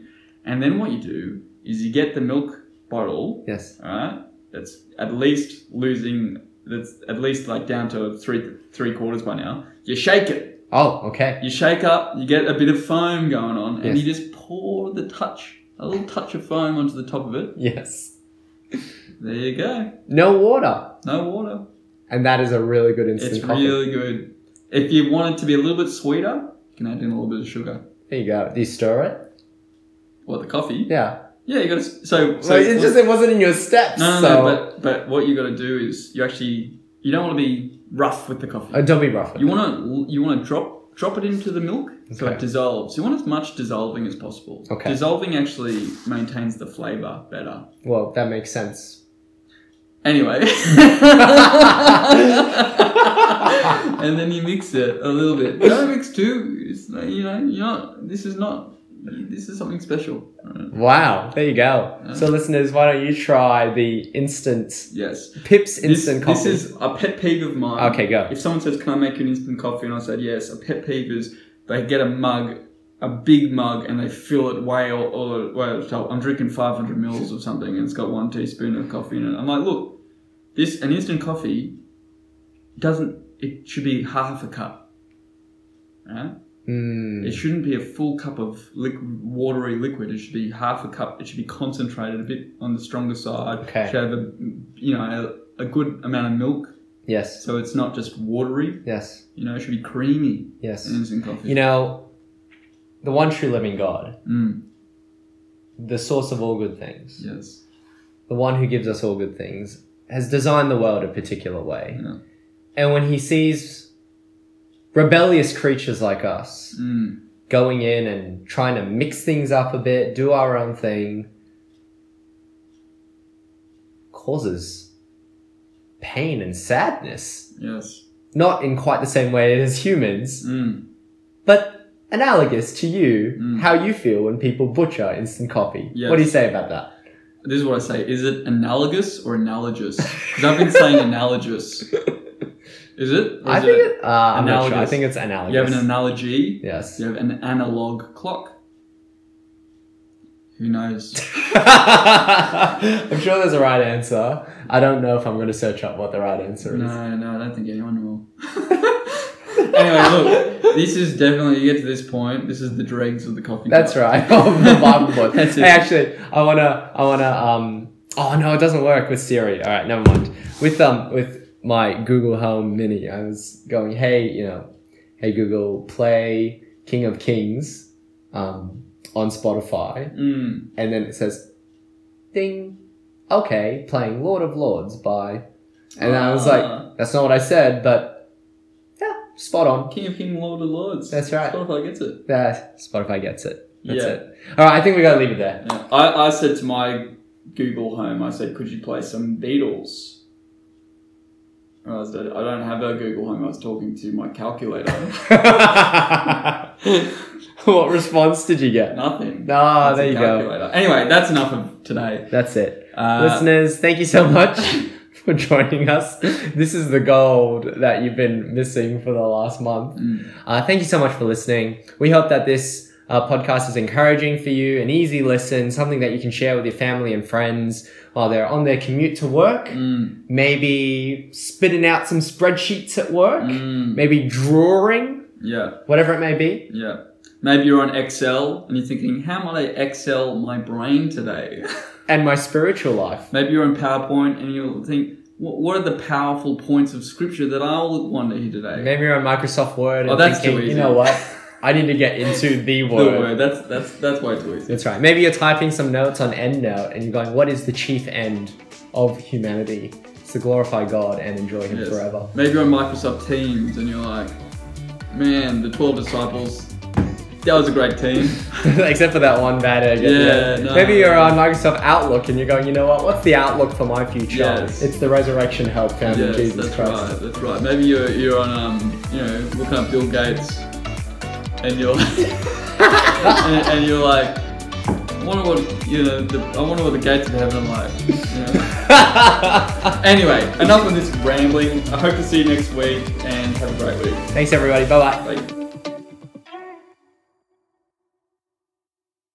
B: And then what you do is you get the milk bottle,
A: yes
B: all right? That's at least losing, that's at least like down to three three quarters by now. You shake it.
A: oh okay
B: You shake up, you get a bit of foam going on, and
A: Yes.
B: you just pour the touch, a little touch of foam onto the top of it.
A: yes
B: There you go.
A: no water
B: No water.
A: and that is a really good
B: It's
A: instant coffee.
B: really good. If you want it to be a little bit sweeter, you can add in a little bit of sugar.
A: There you go. Do you stir it?
B: What the coffee?
A: Yeah.
B: Yeah, you got to. So,
A: So it just it wasn't in your steps.
B: no, no,
A: so
B: no. But but what you got to do is you actually you don't want to be rough with the coffee.
A: Uh, don't be rough.
B: You want to you want to drop drop it into the milk so
A: Okay.
B: it dissolves. You want as much dissolving as possible.
A: Okay.
B: Dissolving actually maintains the flavor better.
A: well, that makes sense.
B: Anyway. and then you mix it a little bit. Don't mix too. It's not, you know, you're not, this is not this is something special. Right?
A: Wow. There you go. So listeners, why don't you try the instant
B: Yes.
A: Pips
B: This,
A: instant
B: this
A: coffee?
B: is a pet peeve of mine.
A: okay, go.
B: If someone says, "Can I make you an instant coffee?" and I said, "Yes," a pet peeve is they get a mug, a big mug, and they fill it way all, all way over the top. I'm drinking 500 mils of something, and it's got one teaspoon of coffee in it. I'm like, look, this an instant coffee doesn't. It should be half a cup. Right?
A: Mm,
B: It shouldn't be a full cup of liquid, watery liquid. It should be half a cup. It should be concentrated a bit on the stronger side.
A: Okay.
B: Should have a you know a, a good amount of milk,
A: yes,
B: so it's not just watery.
A: yes,
B: You know, it should be creamy
A: yes.
B: in instant coffee.
A: You know, the one true living God,
B: mm,
A: the source of all good things,
B: yes.
A: the one who gives us all good things, has designed the world a particular way.
B: Yeah.
A: And when he sees rebellious creatures like us
B: Mm,
A: going in and trying to mix things up a bit, do our own thing, causes pain and sadness.
B: yes.
A: not in quite the same way as humans,
B: Mm,
A: but analogous to you,
B: Mm.
A: how you feel when people butcher instant coffee.
B: Yes.
A: What do you say about that?
B: this is what I say. Is it analogous or analogous? Because I've been saying analogous. Is it? Or
A: I
B: is
A: think it, uh, I'm not sure. I
B: analogous.
A: think it's analogous.
B: you have an analogy.
A: yes.
B: You have an analog clock. Who knows?
A: I'm sure there's a right answer. I don't know if I'm going to search up what the right answer is.
B: No, no, I don't think anyone will. anyway, look, this is definitely you get to this point. This is the dregs of the coffee.
A: That's
B: cup.
A: right. Of the Bible book.
B: That's it.
A: Hey, actually, I wanna, I wanna. Um, oh no, it doesn't work with Siri. All right, never mind. With um, with my Google Home Mini, I was going, hey, you know, hey Google, play King of Kings, um, on Spotify,
B: Mm,
A: and then it says, ding, okay, playing Lord of Lords by, and I was
B: Ah.
A: like, that's not what I said, but yeah, spot on.
B: King of King, Lord of Lords.
A: That's right.
B: Spotify gets it.
A: That Spotify gets it. That's
B: Yeah.
A: it. All right, I think we gotta leave it there.
B: Yeah. I, I said to my Google Home, I said, could you play some Beatles? And I said, I don't have a Google Home. I was talking to my calculator.
A: what response did you get?
B: Nothing.
A: Ah,
B: That's a
A: there you go.
B: calculator. Anyway, that's enough of today.
A: That's it.
B: Uh,
A: Listeners, thank you so much for joining us. This is the gold that you've been missing for the last month.
B: Mm.
A: Uh, thank you so much for listening. We hope that this uh, podcast is encouraging for you, an easy listen, something that you can share with your family and friends while they're on their commute to work,
B: mm,
A: maybe spitting out some spreadsheets at work,
B: mm,
A: maybe drawing,
B: yeah,
A: whatever it may be.
B: yeah. Maybe you're on Excel and you're thinking, how might I Excel my brain today?
A: And my spiritual life.
B: Maybe you're on PowerPoint and you'll think, "Wh- what are the powerful points of scripture that I'll want to hear today?
A: Maybe you're on Microsoft Word and
B: Oh, that's
A: thinking,
B: too easy.
A: you know what? I need to get into the
B: The
A: word.
B: word. That's that's that's way too easy.
A: That's right. Maybe you're typing some notes on EndNote and you're going, what is the chief end of humanity? It's to glorify God and enjoy Him
B: Yes.
A: forever.
B: Maybe you're on Microsoft Teams and you're like, man, the twelve disciples. That was a great team.
A: Except for that one bad egg. at the
B: Yeah,
A: end.
B: no.
A: Maybe you're on Microsoft Outlook and you're going, you know what? What's the outlook for my future?
B: Yes.
A: It's the resurrection help found in
B: yes,
A: Jesus
B: that's
A: Christ.
B: right. That's right. Maybe you're you're on um you know looking up Bill Gates, and you're and, and you're like, I wonder what you know. The, I wonder what the gates of heaven are like. You know? Anyway, enough of this rambling. I hope to see you next week and have a great week.
A: Thanks, everybody. Bye bye.
B: Bye.